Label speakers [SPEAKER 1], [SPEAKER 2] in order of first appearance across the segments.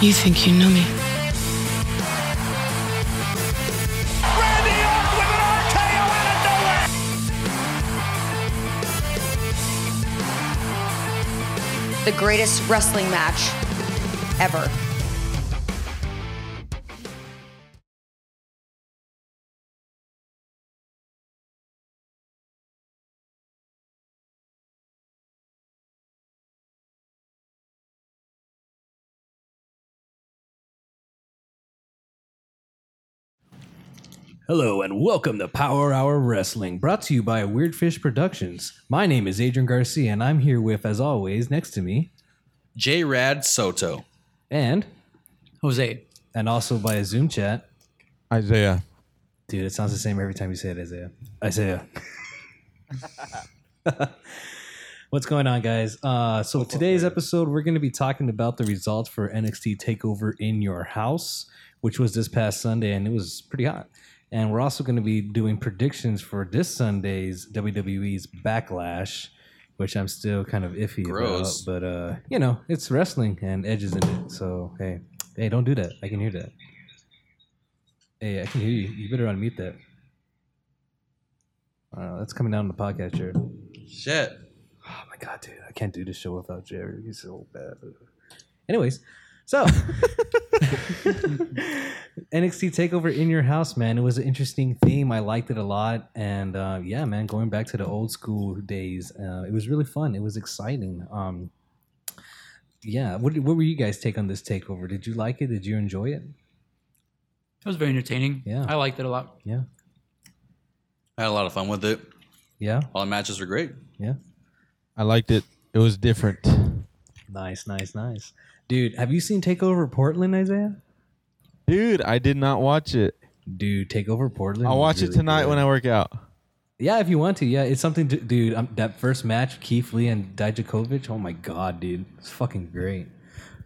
[SPEAKER 1] You think you know me.
[SPEAKER 2] Randy Orton with an RKO out of nowhere.
[SPEAKER 3] the greatest wrestling match ever.
[SPEAKER 4] Hello and welcome to Power Hour Wrestling, brought to you by Weird Fish Productions. My name is Adrian Garcia, and I'm here with, as always, next to me,
[SPEAKER 5] J Rad Soto.
[SPEAKER 4] and
[SPEAKER 6] Jose.
[SPEAKER 4] and also by Zoom chat.
[SPEAKER 7] Isaiah.
[SPEAKER 4] Dude, it sounds the same every time you say it, Isaiah. Isaiah. What's going on, guys? Uh, so today's episode, we're going to be talking about the results for NXT Takeover in Your House, which was this past Sunday, and it was pretty hot. And we're also going to be doing predictions for this Sunday's WWE's Backlash, which I'm still kind of iffy
[SPEAKER 5] Gross.
[SPEAKER 4] about. But uh, you know, it's wrestling and edges in it, so hey, hey, don't do that. I can hear that. Hey, I can hear you. You better unmute that. Uh, that's coming down the podcast, Jared. Oh
[SPEAKER 5] Shit.
[SPEAKER 4] my god, dude, I can't do this show without Jared. He's so bad. Anyways, so NXT Takeover in your house, man. It was an interesting theme. I liked it a lot, and uh, yeah, man, going back to the old school days, uh, it was really fun. It was exciting. Um, yeah, what, what were you guys take on this takeover? Did you like it? Did you enjoy it?
[SPEAKER 6] It was very entertaining.
[SPEAKER 4] Yeah.
[SPEAKER 6] I liked it a lot.
[SPEAKER 4] Yeah,
[SPEAKER 5] I had a lot of fun with it.
[SPEAKER 4] yeah,
[SPEAKER 5] All the matches were great.
[SPEAKER 4] yeah.
[SPEAKER 7] I liked it. It was different.
[SPEAKER 4] Nice, nice, nice. Dude, have you seen Takeover Portland, Isaiah?
[SPEAKER 7] Dude, I did not watch it.
[SPEAKER 4] Dude, Takeover Portland.
[SPEAKER 7] I'll watch it tonight when I work out.
[SPEAKER 4] Yeah, if you want to. Yeah, it's something, to, dude. Um, that first match, Keith Lee and Dijakovic. Oh my god, dude, it's fucking great.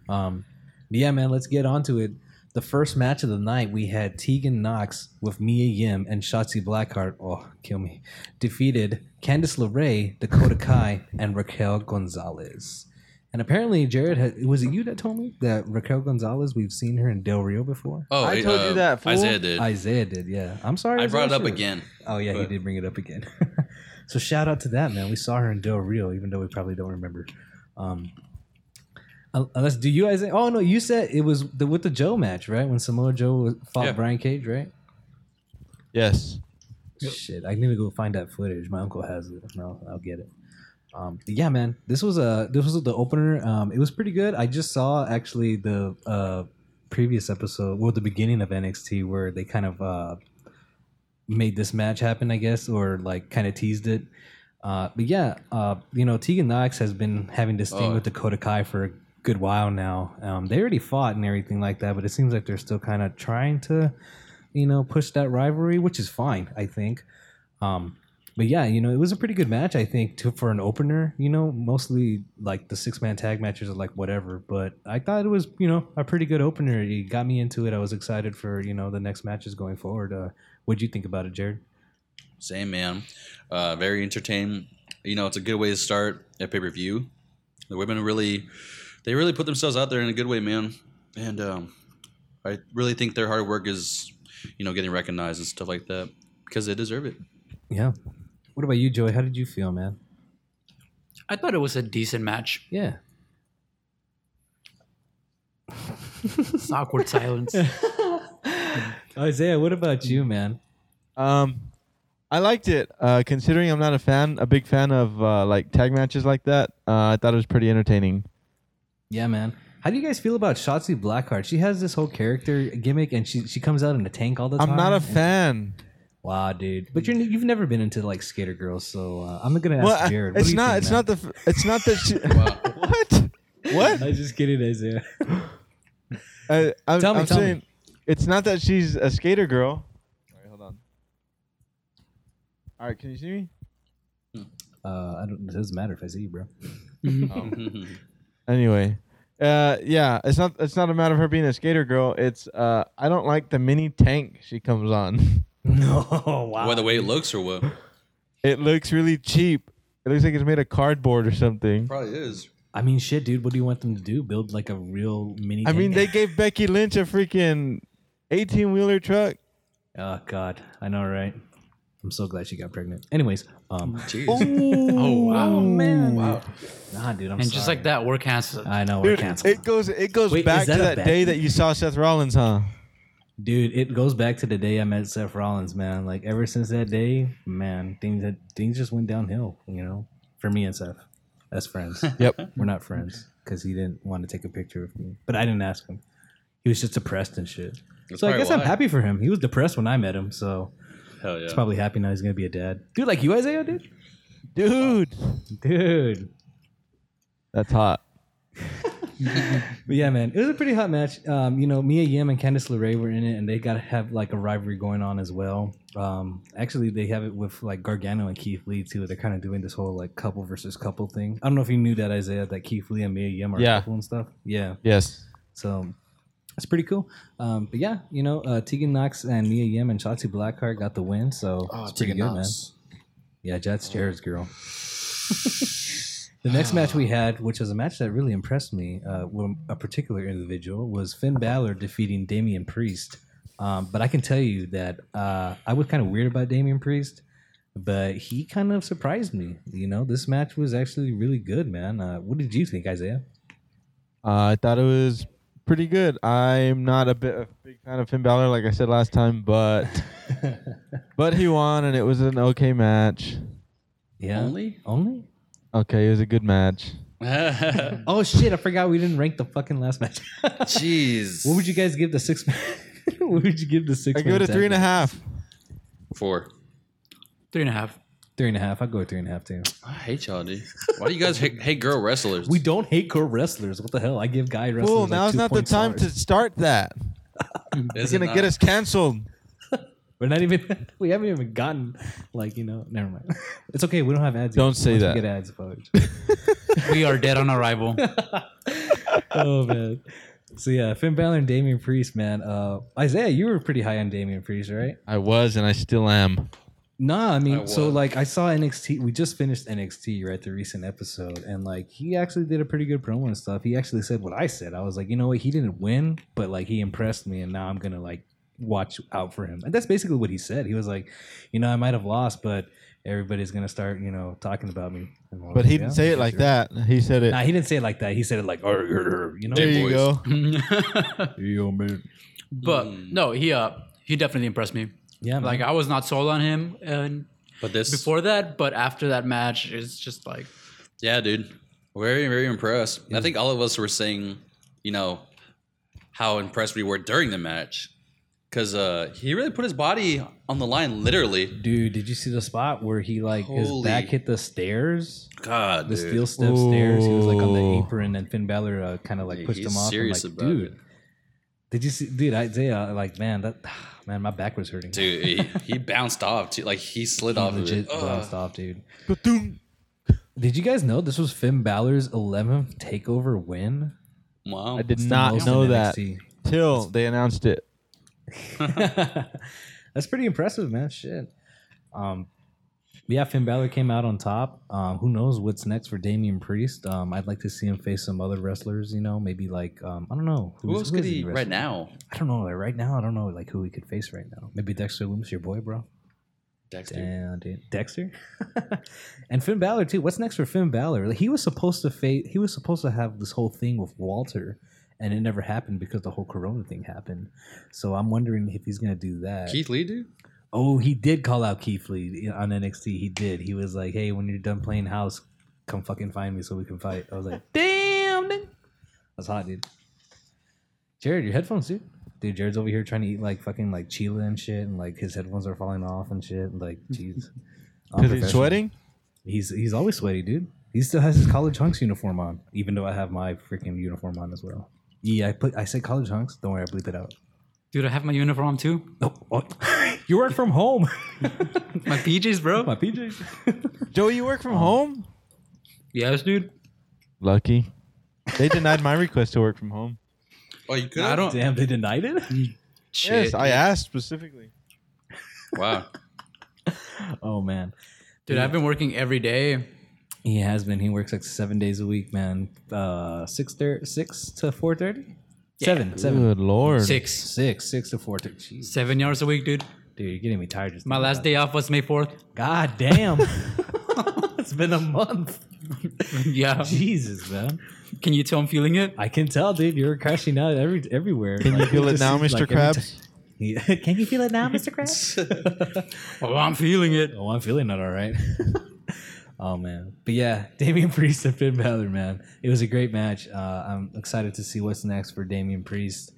[SPEAKER 4] Um, but yeah, man, let's get on to it. The first match of the night, we had Tegan Knox with Mia Yim and Shotzi Blackheart. Oh, kill me. Defeated Candice LeRae, Dakota Kai, and Raquel Gonzalez. And apparently, Jared, had, was it you that told me that Raquel Gonzalez? We've seen her in Del Rio before.
[SPEAKER 5] Oh,
[SPEAKER 7] I told you that, fool.
[SPEAKER 5] Isaiah did. I,
[SPEAKER 4] Isaiah did, yeah. I'm sorry. Isaiah,
[SPEAKER 5] brought it up
[SPEAKER 4] sure.
[SPEAKER 5] again.
[SPEAKER 4] Oh yeah, he
[SPEAKER 5] But-
[SPEAKER 4] did bring it up again. so shout out to that man. We saw her in Del Rio, even though we probably don't remember. Um, un- unless do you Isaiah? Oh no, you said it was the, with the Joe match, right? When Samoa Joe was- fought
[SPEAKER 5] Yeah.
[SPEAKER 4] Brian Cage, right?
[SPEAKER 7] Yes.
[SPEAKER 4] Shit, I need to go find that footage. My uncle has it. No, I'll get it. Um, but yeah, man, this was a this was the opener. Um, it was pretty good. I just saw actually the uh, previous episode, well, the beginning of NXT, where they kind of uh, made this match happen, I guess, or like kind of teased it. Uh, but yeah, uh, you know, Tegan Knox has been having this thing
[SPEAKER 5] Oh.
[SPEAKER 4] with Dakota Kai for a good while now. Um, they already fought and everything like that, but it seems like they're still kind of trying to, you know, push that rivalry, which is fine, I think. Um, but yeah, you know, it was a pretty good match, I think, to, for an opener. You know, mostly like the six man tag matches are like whatever, but I thought it was, you know, a pretty good opener. It got me into it. I was excited for, you know, the next matches going forward. Uh, what'd you think about it, Jared?
[SPEAKER 5] Same man. Uh, very entertaining. You know, it's a good way to start at pay per view. The women really, they really put themselves out there in a good way, man. And um, I really think their hard work is, you know, getting recognized and stuff like that because they deserve it.
[SPEAKER 4] Yeah. What about you, Joey? How did you feel, man?
[SPEAKER 6] I thought it was a decent match.
[SPEAKER 4] Yeah.
[SPEAKER 6] It's awkward silence.
[SPEAKER 7] Oh,
[SPEAKER 4] Isaiah, what about you, man?
[SPEAKER 7] Um, I liked it. Uh, considering I'm not a fan, a big fan of uh, like tag matches like that, uh, I thought it was pretty entertaining.
[SPEAKER 4] Yeah, man. How do you guys feel about Shotzi Blackheart? She has this whole character gimmick, and she she comes out in a tank all the time.
[SPEAKER 7] I'm not a
[SPEAKER 4] and-
[SPEAKER 7] fan.
[SPEAKER 4] Wow, dude! But you're you've never been into like skater girls, so uh, I'm gonna ask
[SPEAKER 7] Well, I-
[SPEAKER 4] Jared.
[SPEAKER 7] it's not. It's not the. f- It's not that. She, what? What?
[SPEAKER 4] I was just kidding, Isaiah.
[SPEAKER 7] I, I'm,
[SPEAKER 4] Tell me,
[SPEAKER 7] I'm
[SPEAKER 4] tell me.
[SPEAKER 7] saying it's not that she's a skater girl. All right, hold on. All right, can you see me?
[SPEAKER 4] Uh, I don't. It doesn't matter if I see you, bro.
[SPEAKER 7] Anyway, uh, yeah, it's not. It's not a matter of her being a skater girl. It's uh, I don't like the mini tank she comes on.
[SPEAKER 4] No, wow.
[SPEAKER 5] Whether the way it looks or what,
[SPEAKER 7] it looks really cheap. It looks like it's made of cardboard or something.
[SPEAKER 5] probably is.
[SPEAKER 4] I mean, shit, dude. What do you want them to do? Build like a real mini?
[SPEAKER 7] I mean,
[SPEAKER 4] tank?
[SPEAKER 7] they gave Becky Lynch a freaking 18 wheeler truck.
[SPEAKER 4] Oh God, I know, right? I'm so glad she got pregnant. Anyways, um,
[SPEAKER 5] Jeez.
[SPEAKER 7] oh,
[SPEAKER 6] wow.
[SPEAKER 7] man.
[SPEAKER 4] nah, dude, I'm
[SPEAKER 6] and just like that, uh, we're canceled.
[SPEAKER 4] I know we're
[SPEAKER 7] Dude,
[SPEAKER 4] canceled,
[SPEAKER 7] it goes it goes
[SPEAKER 4] Wait,
[SPEAKER 7] back
[SPEAKER 4] is that
[SPEAKER 7] to
[SPEAKER 4] a
[SPEAKER 7] that
[SPEAKER 4] bet?
[SPEAKER 7] day that you saw Seth Rollins, huh?
[SPEAKER 4] dude. It goes back to the day I met Seth Rollins, man. Like ever since that day, man, things that things just went downhill. You know, for me and Seth, as friends,
[SPEAKER 7] Yep.
[SPEAKER 4] we're not friends because he didn't want to take a picture of me, but I didn't ask him. He was just depressed and shit.
[SPEAKER 5] That's
[SPEAKER 4] so I
[SPEAKER 5] probably
[SPEAKER 4] guess I'm
[SPEAKER 5] why.
[SPEAKER 4] happy for him. He was depressed when I met him, so
[SPEAKER 5] Hell yeah.
[SPEAKER 4] he's probably happy now. He's gonna be a dad, dude. Like you, Isaiah, dude.
[SPEAKER 7] Dude,
[SPEAKER 4] Dude,
[SPEAKER 7] that's hot.
[SPEAKER 4] But yeah, man, it was a pretty hot match. Um, you know, Mia Yim and Candice LeRae were in it, and they got to have like a rivalry going on as well. Um, actually, they have it with like Gargano and Keith Lee too. They're kind of doing this whole like couple versus couple thing. I don't know if you knew that Isaiah that Keith Lee and Mia Yim are
[SPEAKER 7] Yeah.
[SPEAKER 4] a couple and stuff. Yeah,
[SPEAKER 7] Yes.
[SPEAKER 4] so it's pretty cool. Um, but yeah, you know, uh, Tegan Knox and Mia Yim and Shotzi Blackheart got the win, so it's pretty good, man. Yeah, Jets Jared's girl. the next match we had, which was a match that really impressed me, uh, with a particular individual, was Finn Balor defeating Damian Priest. Um, but I can tell you that uh, I was kind of weird about Damian Priest, but he kind of surprised me. You know, this match was actually really good, man. Uh, what did you think, Isaiah?
[SPEAKER 7] Uh, I thought it was pretty good. I'm not a bit a big fan of Finn Balor, like I said last time, but but he won and it was an okay match.
[SPEAKER 4] Yeah.
[SPEAKER 5] Only?
[SPEAKER 4] Only?
[SPEAKER 7] Okay, it was a good match.
[SPEAKER 4] Oh, shit. I forgot we didn't rank the fucking last match.
[SPEAKER 5] Jeez.
[SPEAKER 4] what would you guys give the six? what would you give the six?
[SPEAKER 7] I give it a three and a half.
[SPEAKER 5] Four.
[SPEAKER 6] Three and a half.
[SPEAKER 4] Three and a half. I'd go with three and a half, too.
[SPEAKER 5] I hate y'all, dude. Why do you guys hate, hate girl wrestlers?
[SPEAKER 4] We don't hate girl wrestlers. What the hell? I give guy wrestlers.
[SPEAKER 7] Cool.
[SPEAKER 4] like
[SPEAKER 7] Now's
[SPEAKER 4] two
[SPEAKER 7] not the
[SPEAKER 4] point
[SPEAKER 7] time
[SPEAKER 4] stars.
[SPEAKER 7] to start that.
[SPEAKER 5] Is
[SPEAKER 7] It's
[SPEAKER 5] it
[SPEAKER 7] gonna
[SPEAKER 5] not?
[SPEAKER 7] get us canceled.
[SPEAKER 4] We're not even. We haven't even gotten like you know. Never mind. It's okay. We don't have ads.
[SPEAKER 7] Don't
[SPEAKER 4] yet.
[SPEAKER 7] say
[SPEAKER 4] Once we
[SPEAKER 7] that.
[SPEAKER 4] Get ads, folks.
[SPEAKER 6] We are dead on arrival.
[SPEAKER 4] oh man. So yeah, Finn Balor and Damian Priest, man. Uh, Isaiah, you were pretty high on Damian Priest, right?
[SPEAKER 7] I was and I still am.
[SPEAKER 4] Nah, I mean,
[SPEAKER 5] I
[SPEAKER 4] so
[SPEAKER 5] was.
[SPEAKER 4] like I saw NXT. We just finished NXT, right? The recent episode, and like he actually did a pretty good promo and stuff. He actually said what I said. I was like, you know what? He didn't win, but like he impressed me, and now I'm gonna like watch out for him. And that's basically what he said. He was like, you know, I might have lost, but everybody's gonna start, you know, talking about me. And I was
[SPEAKER 7] But
[SPEAKER 4] like,
[SPEAKER 7] he didn't
[SPEAKER 4] yeah,
[SPEAKER 7] say it
[SPEAKER 4] for
[SPEAKER 7] like
[SPEAKER 4] sure.
[SPEAKER 7] that. He said it.
[SPEAKER 4] Nah, he didn't say it like that. He said it like, "Arr, arr, arr," you know,
[SPEAKER 7] There you
[SPEAKER 5] voice.
[SPEAKER 7] go.
[SPEAKER 6] but no, he uh he definitely impressed me.
[SPEAKER 7] Mm-hmm.
[SPEAKER 4] yeah, like
[SPEAKER 6] Like I was not sold on him and
[SPEAKER 5] But this.
[SPEAKER 6] before that, but after that match, it's just like
[SPEAKER 5] Yeah, dude. Very, very impressed. I think all of us were saying, you know, how impressed we were during the match. Because uh, he really put his body on the line, literally.
[SPEAKER 4] dude, did you see the spot where he like his
[SPEAKER 5] Holy-
[SPEAKER 4] back hit the stairs?
[SPEAKER 5] God,
[SPEAKER 4] the
[SPEAKER 5] dude.
[SPEAKER 4] steel step stairs. He was like on
[SPEAKER 7] Ooh.
[SPEAKER 4] the apron, and Finn Balor uh, kind of like
[SPEAKER 5] Yeah,
[SPEAKER 4] pushed
[SPEAKER 5] he's
[SPEAKER 4] him off.
[SPEAKER 5] serious
[SPEAKER 4] I'm like,
[SPEAKER 5] about
[SPEAKER 4] dude,
[SPEAKER 5] it."
[SPEAKER 4] did you see, dude? Isaiah, like, man, that man, my back was hurting.
[SPEAKER 5] Dude, he, he bounced off. Too. Like, he slid
[SPEAKER 4] He
[SPEAKER 5] off
[SPEAKER 4] legit
[SPEAKER 5] of it. Ugh.
[SPEAKER 4] bounced off, dude.
[SPEAKER 7] Ka-doom.
[SPEAKER 4] Did you guys know this was Finn Balor's 11th takeover win?
[SPEAKER 5] Wow.
[SPEAKER 7] I did
[SPEAKER 4] It's the
[SPEAKER 7] not
[SPEAKER 4] most
[SPEAKER 7] know
[SPEAKER 4] in
[SPEAKER 7] that
[SPEAKER 4] NXT.
[SPEAKER 7] till they announced it.
[SPEAKER 4] That's pretty impressive, man. Shit. Um, yeah, Finn Balor came out on top. Um, who knows what's next for Damian Priest? Um, I'd like to see him face some other wrestlers. You know, maybe like um, I don't know
[SPEAKER 5] Who else could he
[SPEAKER 4] wrestling?
[SPEAKER 5] right now?
[SPEAKER 4] I don't know. Like right now, I don't know like who he could face right now. Maybe Dexter Loomis, your boy, bro.
[SPEAKER 5] Dexter.
[SPEAKER 4] Damn, dude. Dexter, and Finn Balor too. What's next for Finn Balor? Like, he was supposed to face. He was supposed to have this whole thing with Walter, and it never happened because the whole Corona thing happened. So I'm wondering if he's gonna do that.
[SPEAKER 5] Keith Lee, dude?
[SPEAKER 4] Oh, he did call out Keith Lee on NXT. He did. He was like, "Hey, when you're done playing house, come fucking find me so we can fight." I was like, "Damn, nigga. that's hot, dude." Jared, your headphones, dude. Dude, Jared's over here trying to eat like fucking like chila and shit, and like his headphones are falling off and shit. and, Like, jeez,
[SPEAKER 7] Because
[SPEAKER 4] Unprofessional.
[SPEAKER 7] he's sweating?
[SPEAKER 4] He's he's always sweaty, dude. He still has his college hunks uniform on, even though I have my freaking uniform on as well. Yeah, I put I said college hunks. Don't worry, I bleeped it out.
[SPEAKER 6] dude, I have my uniform too.
[SPEAKER 4] Oh, you work from home.
[SPEAKER 6] My PJs, bro.
[SPEAKER 4] my PJs.
[SPEAKER 7] Joey, you work from home?
[SPEAKER 6] Yes, dude.
[SPEAKER 7] Lucky. They denied my request to work from home.
[SPEAKER 5] Oh, you could?
[SPEAKER 6] I don't
[SPEAKER 4] Damn, they denied it.
[SPEAKER 6] shit.
[SPEAKER 7] Yes, I asked specifically.
[SPEAKER 5] Wow.
[SPEAKER 4] Oh man, Oh,
[SPEAKER 6] dude, I've been working every day.
[SPEAKER 4] He has been. He works like seven days a week, man. Uh, six thir- six to four thirty. Seven, seven,
[SPEAKER 7] Good lord.
[SPEAKER 6] Six.
[SPEAKER 4] six, six to four thirty. Jeez,
[SPEAKER 6] Seven hours a week, dude.
[SPEAKER 4] dude, you're getting me tired. Just
[SPEAKER 6] My
[SPEAKER 4] thinking
[SPEAKER 6] last
[SPEAKER 4] about it.
[SPEAKER 6] day off was May 4th.
[SPEAKER 4] God damn, it's been a month.
[SPEAKER 6] yeah.
[SPEAKER 4] Jesus, man.
[SPEAKER 6] Can you tell I'm feeling it?
[SPEAKER 4] I can tell, dude. You're crashing out every everywhere.
[SPEAKER 7] Can you feel it now, Mr. Krabs?
[SPEAKER 4] Krabs? can you feel it now, Mr. Krabs?
[SPEAKER 6] Oh, I'm feeling it.
[SPEAKER 4] Oh, I'm feeling not all right. oh man, but yeah, Damian Priest and Finn Balor, man, it was a great match. Uh, I'm excited to see what's next for Damian Priest,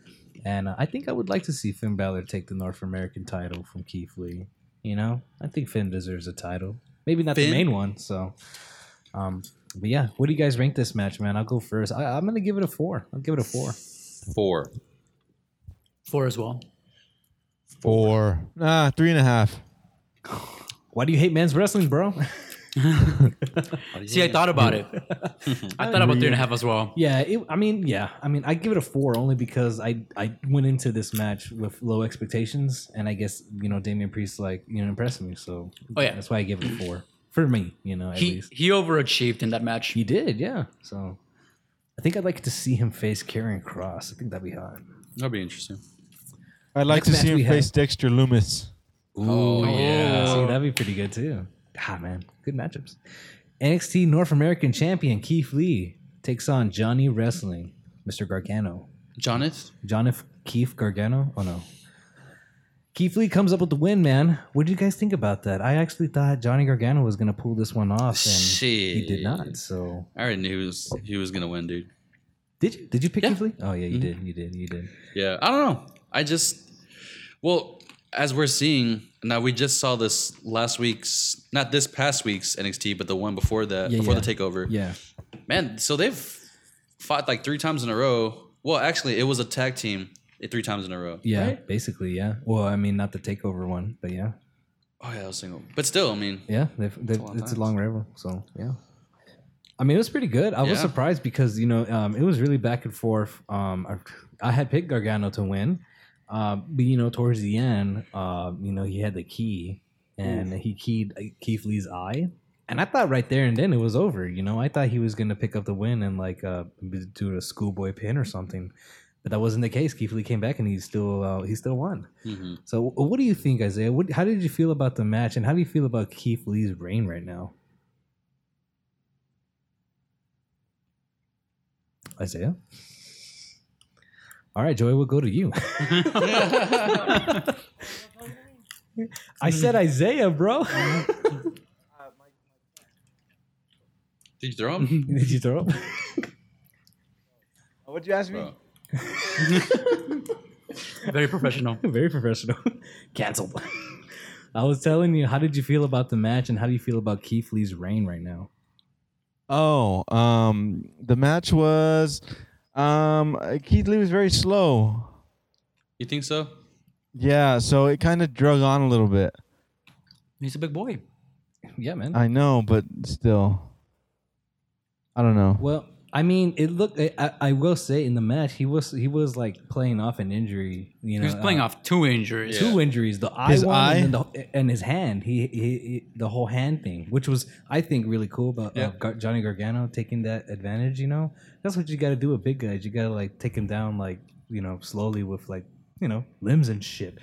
[SPEAKER 4] and uh, I think I would like to see Finn Balor take the North American title from Keith Lee. You know, I think Finn deserves a title, maybe not
[SPEAKER 5] Finn?
[SPEAKER 4] the main one. So, um, but yeah, what do you guys rank this match, man? I'll go first. I, I'm gonna give it a four. I'll give it a four.
[SPEAKER 5] Four.
[SPEAKER 6] Four as well.
[SPEAKER 7] Four. Nah, three and a half.
[SPEAKER 4] Why do you hate men's wrestling, bro?
[SPEAKER 6] See, I thought about it. I thought about three and a half as well.
[SPEAKER 4] Yeah, it, I mean, yeah, I mean, I give it a four only because I I went into this match with low expectations, and I guess you know Damian Priest like you know impressed me, so
[SPEAKER 6] Oh, yeah.
[SPEAKER 4] that's why I give it a four for me, you know, at
[SPEAKER 6] He
[SPEAKER 4] least
[SPEAKER 6] he overachieved in that match.
[SPEAKER 4] he did, yeah. So I think I'd like to see him face Karrion Cross. I think that'd be hot.
[SPEAKER 5] That'd be interesting.
[SPEAKER 7] I'd
[SPEAKER 4] Next
[SPEAKER 7] like to
[SPEAKER 4] match
[SPEAKER 7] see him
[SPEAKER 4] we have-
[SPEAKER 7] face Dexter Loomis.
[SPEAKER 5] Oh, yeah.
[SPEAKER 4] See, that'd be pretty good too. Ah, man, good matchups. NXT North American Champion Keith Lee takes on Johnny Wrestling, Mr. Gargano.
[SPEAKER 5] Jonathan?
[SPEAKER 4] John F. Keith Gargano? Oh no. Keith Lee comes up with the win, man. What did you guys think about that? I actually thought Johnny Gargano was gonna pull this one off, and he did
[SPEAKER 5] Shit.
[SPEAKER 4] not. So
[SPEAKER 5] I already knew he was, he was gonna win, dude.
[SPEAKER 4] did you? Did you pick Keith Lee? Oh yeah, you did. You did. You did.
[SPEAKER 5] Yeah, I don't know. I just, well, as we're seeing now, we just saw this last week's, not this past week's NXT, but the one before that,
[SPEAKER 4] Yeah,
[SPEAKER 5] before
[SPEAKER 4] yeah.
[SPEAKER 5] the takeover.
[SPEAKER 4] Yeah.
[SPEAKER 5] man. So they've fought like three times in a row. Well, actually, it was a tag team eh, three times in a row.
[SPEAKER 4] Yeah. Basically, yeah. Well, I mean, not the takeover one, but yeah,
[SPEAKER 5] Oh yeah, I was single, but still, I mean,
[SPEAKER 4] yeah. They've, they've,
[SPEAKER 5] long
[SPEAKER 4] it's, a
[SPEAKER 5] time.
[SPEAKER 4] long rival, so yeah. I mean, it was pretty good. I was
[SPEAKER 5] Yeah.
[SPEAKER 4] surprised because you know um, it was really back and forth. Um, I, I had picked Gargano to win, uh, but you know towards the end, uh, you know he had the key and he keyed uh, Keith Lee's eye, and I thought right there and then it was over. You know, I thought he was gonna pick up the win and like uh, b- do a schoolboy pin or something, but that wasn't the case. Keith Lee came back and he still uh, he still won.
[SPEAKER 5] mhm.
[SPEAKER 4] So wh- what do you think, Isaiah? What, how did you feel about the match, and how do you feel about Keith Lee's reign right now? Isaiah. All right, Joey, we'll go to you. I said Isaiah, bro.
[SPEAKER 5] did you throw him?
[SPEAKER 4] did you throw? up?
[SPEAKER 7] Oh, What'd you ask
[SPEAKER 5] Bro.
[SPEAKER 6] Very professional.
[SPEAKER 4] Very professional. Cancelled. I was telling you, how did you feel about the match, and how do you feel about Keith Lee's reign right now?
[SPEAKER 7] Oh, um, the match was um, Keith Lee was very slow.
[SPEAKER 5] You think so?
[SPEAKER 7] Yeah, so it kind of drug on a little bit.
[SPEAKER 6] He's a big boy.
[SPEAKER 4] Yeah, man.
[SPEAKER 7] I know, but still, I don't know.
[SPEAKER 4] Well, I mean, it looked. I- I, I will say in the match, he was he was like playing off an injury. You
[SPEAKER 6] He
[SPEAKER 4] know,
[SPEAKER 6] was playing
[SPEAKER 4] uh,
[SPEAKER 6] off two injuries.
[SPEAKER 5] Yeah.
[SPEAKER 4] two injuries: the eye
[SPEAKER 7] His
[SPEAKER 4] one
[SPEAKER 7] eye?
[SPEAKER 4] and, then the, and his hand. He, he, he the whole hand thing, which was I think really cool about uh,
[SPEAKER 5] Yeah.
[SPEAKER 4] Gar- Johnny Gargano taking that advantage. You know, that's what you got to do with big guys. You got to like take him down like you know slowly with like you know limbs and shit.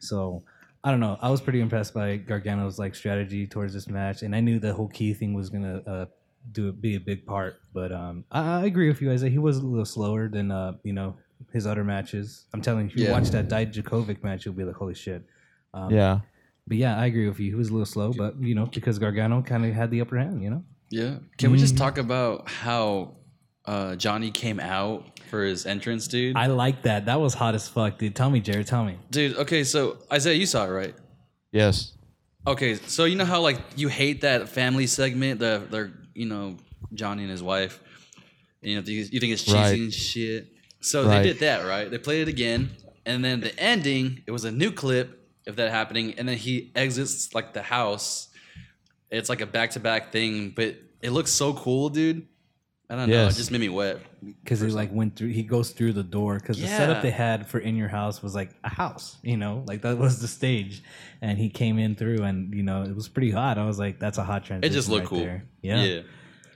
[SPEAKER 4] So I don't know. I was pretty impressed by Gargano's like strategy towards this match, and I knew the whole key thing was gonna uh, do be a big part. But um, I, I agree with you, Isaiah. He was a little slower than uh, you know his other matches. I'm telling you, if you
[SPEAKER 5] Yeah.
[SPEAKER 4] watch that Dijakovic match, you'll be like, holy shit. Um,
[SPEAKER 7] Yeah,
[SPEAKER 4] But yeah, I agree with you. He was a little slow, but you know because Gargano kind of had the upper hand. You know.
[SPEAKER 5] Yeah. Can we
[SPEAKER 4] Mm.
[SPEAKER 5] just talk about how uh, Johnny came out for his entrance, dude?
[SPEAKER 4] I like that. That was hot as fuck, dude. Tell me, Jared. Tell me.
[SPEAKER 5] dude. Okay, so Isaiah, you saw it, right?
[SPEAKER 7] yes.
[SPEAKER 5] Okay, so you know how like you hate that family segment, the their you know Johnny and his wife. You know you you think it's cheesy
[SPEAKER 7] Right.
[SPEAKER 5] and shit. So
[SPEAKER 7] Right.
[SPEAKER 5] they did that right. They played it again, and then the ending it was a new clip of that happening, and then he exits like the house. It's like a back to back thing, but it looks so cool, dude. I don't know. It
[SPEAKER 7] Yes.
[SPEAKER 5] just made me wet.
[SPEAKER 4] because he like went through. He goes through the door because the
[SPEAKER 6] Yeah.
[SPEAKER 4] setup they had for in your house was like a house, you know, like that was the stage, and he came in through, and you know it was pretty hot. I was like, that's a hot
[SPEAKER 5] It
[SPEAKER 4] transition.
[SPEAKER 5] just looked
[SPEAKER 4] right
[SPEAKER 5] cool.
[SPEAKER 4] there. Yeah.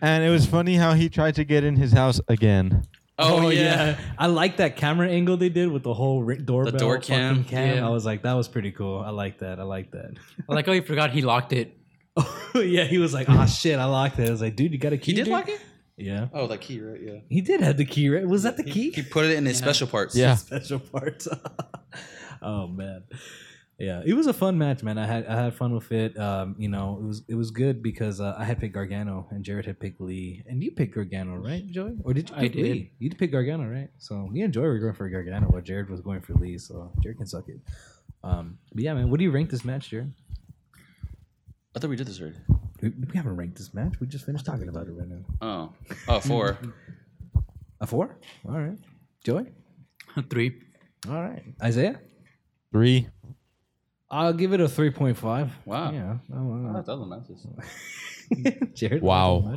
[SPEAKER 7] And it was funny how he tried to get in his house again.
[SPEAKER 5] Oh, yeah.
[SPEAKER 4] I like that camera angle they did with the whole ri- doorbell
[SPEAKER 5] door
[SPEAKER 4] fucking
[SPEAKER 5] cam.
[SPEAKER 6] Yeah.
[SPEAKER 4] I was like, that was pretty cool. I like that. I like that.
[SPEAKER 6] Like, oh, you forgot he locked it.
[SPEAKER 4] yeah, he was like, oh shit, I locked it. I was like, dude, you got a key.
[SPEAKER 5] He did
[SPEAKER 4] dude?"
[SPEAKER 5] like it?
[SPEAKER 4] Yeah,
[SPEAKER 5] Oh, that key, right? Yeah.
[SPEAKER 4] he did have the key. Right? Was that the key?
[SPEAKER 5] He put it in his special parts.
[SPEAKER 7] Yeah.
[SPEAKER 4] special parts. oh man, yeah, it was a fun match, man. I had I had fun with it. Um, you know, it was it was good because uh, I had picked Gargano and Jared had picked Lee, and you picked Gargano, right, Joey? Or did you
[SPEAKER 6] I
[SPEAKER 4] pick
[SPEAKER 6] did.
[SPEAKER 4] Lee? You picked Gargano, right? So me and Joey were going for Gargano, while Jared was going for Lee. So Jared can suck it. Um, but yeah, man, what do you rank this match, Jared?
[SPEAKER 5] I thought we did this already.
[SPEAKER 4] We, we haven't ranked this match. We just finished talking about it right now.
[SPEAKER 5] Oh. Oh, four.
[SPEAKER 4] A four. All right, Joey.
[SPEAKER 6] Three.
[SPEAKER 4] All right, Isaiah.
[SPEAKER 7] Three.
[SPEAKER 4] I'll give it a three point five.
[SPEAKER 5] Wow.
[SPEAKER 4] Yeah. Oh, wow.
[SPEAKER 5] I thought that was matches.
[SPEAKER 4] Jared.
[SPEAKER 7] Wow.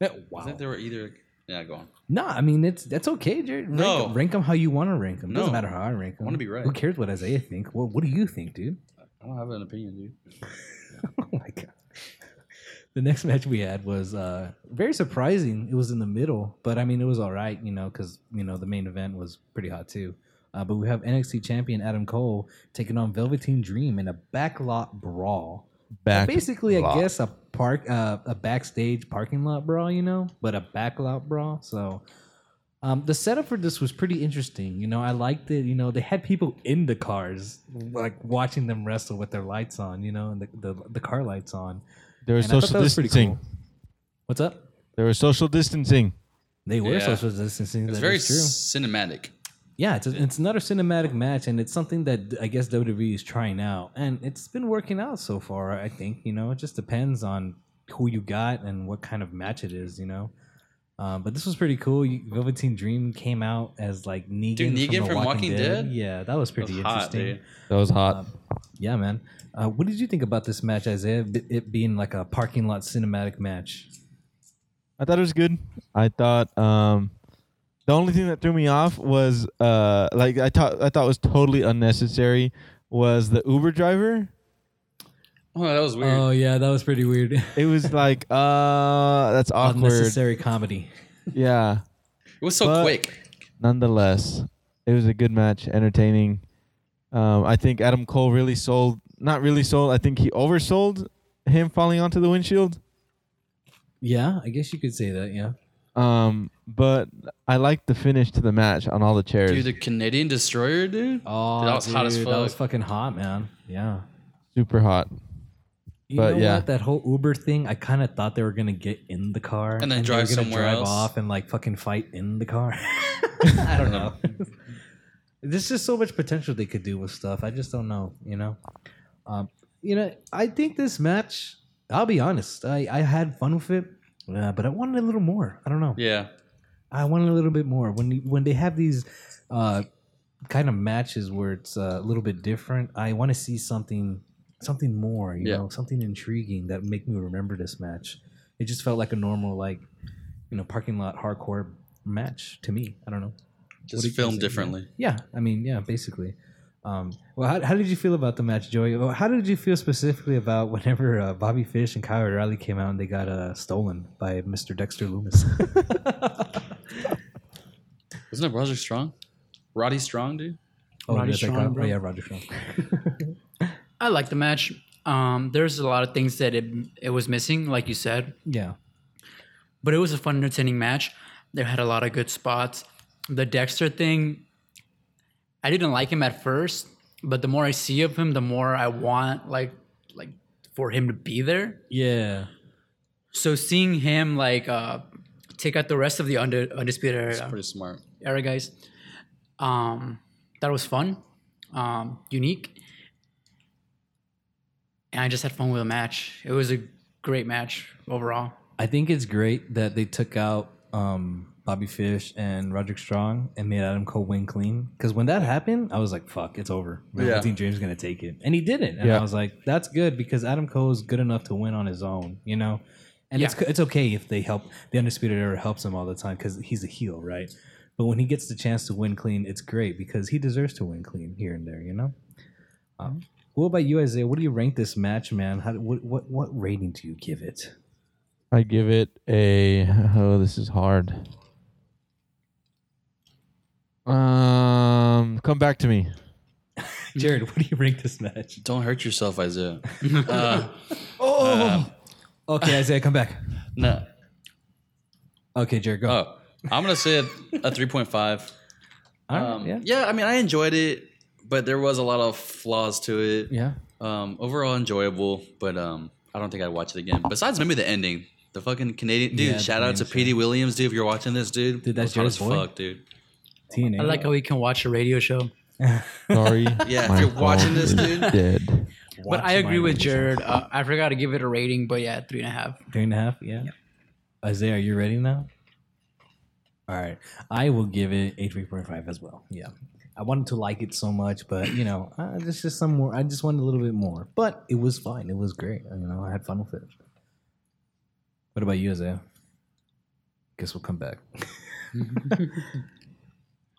[SPEAKER 4] Yeah,
[SPEAKER 5] I think they were either. Yeah, go on.
[SPEAKER 4] No, I mean it's that's okay, Jared. Rank,
[SPEAKER 5] No.
[SPEAKER 4] no. rank them how you want to rank them. Doesn't
[SPEAKER 5] No.
[SPEAKER 4] matter how I rank them.
[SPEAKER 5] wanna be right.
[SPEAKER 4] Who cares what Isaiah think? Well, what do you think, dude?
[SPEAKER 5] I don't have an opinion, dude.
[SPEAKER 4] Oh my god. The next match we had was uh, very surprising. It was in the middle, but I mean it was all right, you know, because you know the main event was pretty hot too. Uh, but we have NXT champion Adam Cole taking on Velveteen Dream in a backlot brawl.
[SPEAKER 7] Back.
[SPEAKER 4] basically
[SPEAKER 7] lot.
[SPEAKER 4] i guess a park uh, a backstage parking lot brawl you know but a backlot brawl so um, the setup for this was pretty interesting you know i liked it you know they had people in the cars like watching them wrestle with their lights on you know and the, the, the car lights on
[SPEAKER 7] There was
[SPEAKER 4] And I thought
[SPEAKER 7] social
[SPEAKER 4] that was pretty
[SPEAKER 7] distancing.
[SPEAKER 4] cool. what's up
[SPEAKER 7] There was social distancing.
[SPEAKER 4] they were
[SPEAKER 5] Yeah.
[SPEAKER 4] social distancing
[SPEAKER 5] It's
[SPEAKER 4] that
[SPEAKER 5] very
[SPEAKER 4] is true
[SPEAKER 5] cinematic.
[SPEAKER 4] yeah, it's, a, it's another cinematic match, and it's something that I guess WWE is trying out, and it's been working out so far. I think you know it just depends on who you got and what kind of match it is, you know. Um, but this was pretty cool. You- Velveteen Dream came out as like Negan,
[SPEAKER 5] Dude, Negan
[SPEAKER 4] from, The
[SPEAKER 5] from Walking Dead?
[SPEAKER 4] Yeah, that was
[SPEAKER 5] It was
[SPEAKER 4] pretty
[SPEAKER 5] hot,
[SPEAKER 4] interesting.
[SPEAKER 5] dude.
[SPEAKER 7] That was hot.
[SPEAKER 4] Um, yeah, man. Uh, what did you think about this match, Isaiah? B- It being like a parking lot cinematic match.
[SPEAKER 7] I thought it was good. I thought um, the only thing that threw me off was uh, like I thought I thought was totally unnecessary was the Uber driver.
[SPEAKER 5] Oh, that was weird.
[SPEAKER 4] Oh yeah, that was pretty weird.
[SPEAKER 7] It was like uh, that's awkward.
[SPEAKER 4] Unnecessary comedy.
[SPEAKER 7] Yeah.
[SPEAKER 5] it was so
[SPEAKER 7] but-
[SPEAKER 5] quick.
[SPEAKER 7] Nonetheless, it was a good match, entertaining. Um, I think Adam Cole really sold. Not really sold. I think he oversold him falling onto the windshield.
[SPEAKER 4] Yeah, I guess you could say that. Yeah.
[SPEAKER 7] Um, but I liked the finish to the match on all the chairs.
[SPEAKER 5] Dude, the Canadian destroyer, dude.
[SPEAKER 4] Oh,
[SPEAKER 5] That was hot as
[SPEAKER 4] dude, That
[SPEAKER 5] fuck.
[SPEAKER 4] was fucking hot, man. Yeah.
[SPEAKER 7] Super hot.
[SPEAKER 4] You
[SPEAKER 7] But,
[SPEAKER 4] know
[SPEAKER 7] yeah.
[SPEAKER 4] what? That whole Uber thing, I kind of thought they were gonna get in the car
[SPEAKER 5] And then
[SPEAKER 4] they
[SPEAKER 5] drive
[SPEAKER 4] were gonna
[SPEAKER 5] somewhere
[SPEAKER 4] drive
[SPEAKER 5] else.
[SPEAKER 4] off, and like fucking fight in the car. I don't know. There's just so much potential they could do with stuff. I just don't know. You know. Um, you know, I think this match. I'll be honest. I I had fun with it, uh, but I wanted a little more. I don't know.
[SPEAKER 5] Yeah.
[SPEAKER 4] I want a little bit more. When you, when they have these uh, kind of matches where it's uh, a little bit different, I want to see something something more. You
[SPEAKER 5] Yeah.
[SPEAKER 4] know, something intriguing that make me remember this match. It just felt like a normal like you know parking lot hardcore match to me. I don't know. What
[SPEAKER 5] Just
[SPEAKER 4] do you
[SPEAKER 5] filmed
[SPEAKER 4] guys think?
[SPEAKER 5] differently.
[SPEAKER 4] Yeah, I mean, yeah, basically. Um, well, how, how did you feel about the match, Joey? Well, How did you feel specifically about whenever uh, Bobby Fish and Kyle O'Reilly came out and they got uh, stolen by Mr. Dexter Loomis?
[SPEAKER 5] Wasn't it Roger Strong? Roddy Strong, dude?
[SPEAKER 4] Oh,
[SPEAKER 6] Roddy
[SPEAKER 4] yes, I
[SPEAKER 6] Strong,
[SPEAKER 4] got-
[SPEAKER 6] bro.
[SPEAKER 4] oh yeah, Roger Strong.
[SPEAKER 6] I like the match. Um, there's a lot of things that it, it was missing, like you said,
[SPEAKER 4] Yeah.
[SPEAKER 6] but it was a fun, entertaining match. They had a lot of good spots. The Dexter thing, I didn't like him at first, but the more I see of him, the more I want like like for him to be there.
[SPEAKER 4] Yeah.
[SPEAKER 6] So seeing him like uh, take out the rest of the under, undisputed era,
[SPEAKER 5] Pretty smart.
[SPEAKER 6] era guys, um, that was fun, um, unique, and I just had fun with the match. It was a great match overall.
[SPEAKER 4] I think it's great that they took out um, Bobby Fish and Roderick Strong and made Adam Cole win clean. Because when that happened, I was like, fuck, it's over.
[SPEAKER 5] Yeah.
[SPEAKER 4] Yeah. Team James is going to take it. And he didn't. And
[SPEAKER 7] Yeah.
[SPEAKER 4] I was like, that's good because Adam Cole is good enough to win on his own, you know? and it's
[SPEAKER 6] Yeah.
[SPEAKER 4] it's okay if they help the undisputed era helps him all the time because he's a heel, right? But when he gets the chance to win clean, it's great because he deserves to win clean here and there, you know. Um, what about you, Isaiah? What do you rank this match, man? How, do- what what what rating do you give it?
[SPEAKER 7] I give it a. Oh, this is hard. Um, come back to me.
[SPEAKER 4] Jared, what do you rank this match?
[SPEAKER 5] Don't hurt yourself, Isaiah.
[SPEAKER 4] Um, Okay, Isaiah, come back.
[SPEAKER 5] no.
[SPEAKER 4] Okay, Jared, go.
[SPEAKER 5] Oh, I'm gonna say a, a 3.5.
[SPEAKER 4] All right,
[SPEAKER 5] Um,
[SPEAKER 4] yeah.
[SPEAKER 5] yeah. I mean, I enjoyed it, but there was a lot of flaws to it.
[SPEAKER 4] Yeah.
[SPEAKER 5] Um, overall enjoyable, but um, I don't think I'd watch it again. Besides, maybe the ending. The fucking Canadian dude.
[SPEAKER 4] Yeah,
[SPEAKER 5] shout
[SPEAKER 4] the
[SPEAKER 5] out to
[SPEAKER 4] name is
[SPEAKER 5] Petey Williams, dude. If you're watching this, dude,
[SPEAKER 4] Dude, that's
[SPEAKER 5] you're hot
[SPEAKER 4] Jared's
[SPEAKER 5] as
[SPEAKER 4] boy?
[SPEAKER 5] fuck, dude.
[SPEAKER 4] TNA.
[SPEAKER 6] I like how we can watch a radio show.
[SPEAKER 7] Sorry.
[SPEAKER 5] Yeah,
[SPEAKER 7] my
[SPEAKER 5] if you're watching
[SPEAKER 7] phone
[SPEAKER 5] this,
[SPEAKER 7] is
[SPEAKER 5] dude.
[SPEAKER 7] Dead.
[SPEAKER 4] Watch
[SPEAKER 6] but I agree
[SPEAKER 4] mine.
[SPEAKER 6] with Jared. Uh, I forgot to give it a rating, but yeah, three and a half.
[SPEAKER 4] Three and a half, yeah. Isaiah, are you ready now? All right. I will give it a 3.5 as well. Yeah. I wanted to like it so much, but, you know, uh, there's just some more. I just wanted a little bit more. But it was fine. It was great. You know, I had fun with it. What about you, Isaiah? Guess we'll come back.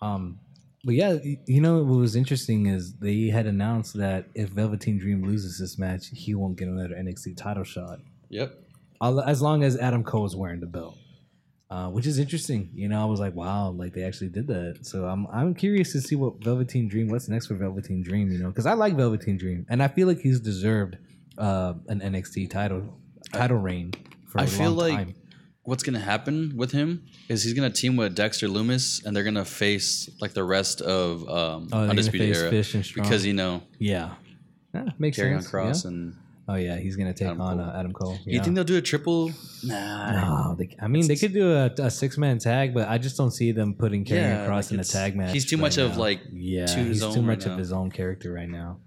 [SPEAKER 4] um, but yeah, y- you know what was interesting is they had announced that if Velveteen Dream loses this match, he won't get another NXT title shot
[SPEAKER 5] Yep.
[SPEAKER 4] al- as long as Adam Cole is wearing the belt, uh, which is interesting. You know, I was like, wow, like they actually did that. So I'm I'm curious to see what Velveteen Dream, what's next for Velveteen Dream, you know, because I like Velveteen Dream and I feel like he's deserved uh, an NXT title title reign for
[SPEAKER 5] I
[SPEAKER 4] a
[SPEAKER 5] feel
[SPEAKER 4] long
[SPEAKER 5] like
[SPEAKER 4] time.
[SPEAKER 5] what's gonna happen with him is he's gonna team with Dexter Loomis, and they're gonna face like the rest of um,
[SPEAKER 4] Oh, gonna
[SPEAKER 5] Undisputed
[SPEAKER 4] Uh, face
[SPEAKER 5] Era
[SPEAKER 4] Fish and Strong.
[SPEAKER 5] because you know
[SPEAKER 4] Yeah. Yeah, makes
[SPEAKER 5] Carry on
[SPEAKER 4] sense. yeah.
[SPEAKER 5] Cross and
[SPEAKER 4] oh yeah, he's gonna take
[SPEAKER 5] Adam
[SPEAKER 4] on
[SPEAKER 5] Cole.
[SPEAKER 4] Uh, Adam Cole.
[SPEAKER 5] you
[SPEAKER 4] yeah.
[SPEAKER 5] think they'll do a triple? Nah.
[SPEAKER 4] No, they, I mean they could do a, a six man tag, but I just don't see them putting Karrion
[SPEAKER 5] Yeah,
[SPEAKER 4] Cross
[SPEAKER 5] like
[SPEAKER 4] in a
[SPEAKER 5] it's-
[SPEAKER 4] tag match.
[SPEAKER 5] he's too
[SPEAKER 4] right
[SPEAKER 5] much of,
[SPEAKER 4] now.
[SPEAKER 5] like,
[SPEAKER 4] yeah,
[SPEAKER 5] to his
[SPEAKER 4] he's
[SPEAKER 5] own
[SPEAKER 4] too
[SPEAKER 5] right
[SPEAKER 4] much of
[SPEAKER 5] now.
[SPEAKER 4] his own character right now.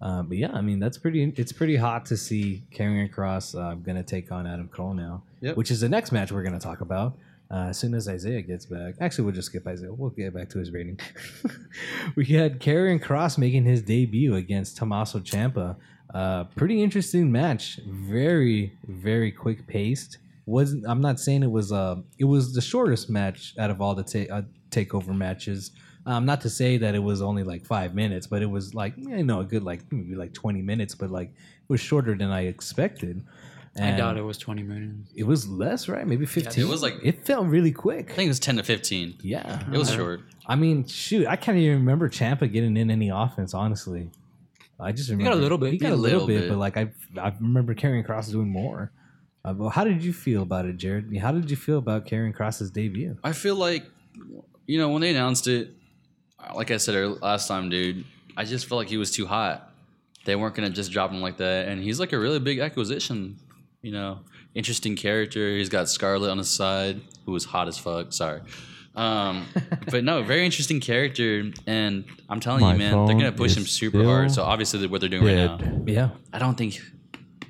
[SPEAKER 4] Uh, but yeah, I mean that's pretty. It's pretty hot to see Karrion Cross uh, gonna take on Adam Cole now,
[SPEAKER 5] Yep.
[SPEAKER 4] which is the next match we're gonna talk about. Uh, as soon as Isaiah gets back, actually, we'll just skip Isaiah. We'll get back to his rating. we had Karrion Cross making his debut against Tommaso Ciampa. Uh, pretty interesting match. Very, very quick paced. Wasn't I'm not saying it was uh it was the shortest match out of all the ta- uh, takeover matches. Um, not to say that it was only like five minutes, but it was like you know a good like maybe like 20 minutes, but like it was shorter than I expected.
[SPEAKER 6] I doubt
[SPEAKER 4] And
[SPEAKER 6] it was twenty minutes.
[SPEAKER 4] It was less, right? Maybe 15.
[SPEAKER 5] was like-
[SPEAKER 4] it felt really quick.
[SPEAKER 5] I think it was ten to fifteen.
[SPEAKER 4] Yeah,
[SPEAKER 5] It was short.
[SPEAKER 4] I mean, shoot, I can't even remember Champa getting in any offense. Honestly, I just remember
[SPEAKER 6] a little bit.
[SPEAKER 4] He got
[SPEAKER 5] He
[SPEAKER 4] a
[SPEAKER 5] had a
[SPEAKER 4] little,
[SPEAKER 5] little
[SPEAKER 4] bit,
[SPEAKER 5] bit.
[SPEAKER 4] but like I, I remember Karrion Cross doing more. Uh, but how did you feel about it, Jared? I mean, How did you feel about Karrion Cross's debut?
[SPEAKER 5] I feel like, you know, when they announced it, uh, like I said earl- last time, dude, I just felt like he was too hot. They weren't gonna just drop him like that, and he's like a really big acquisition. You know, interesting character. He's got Scarlet on his side, who is hot as fuck. Sorry, um, but no, very interesting character. And I'm telling
[SPEAKER 7] My
[SPEAKER 5] you, man, they're gonna
[SPEAKER 7] phone
[SPEAKER 5] push
[SPEAKER 7] is
[SPEAKER 5] him super hard.
[SPEAKER 7] still
[SPEAKER 5] So obviously, what they're doing right now,
[SPEAKER 7] Dead.
[SPEAKER 4] Yeah,
[SPEAKER 5] I don't think.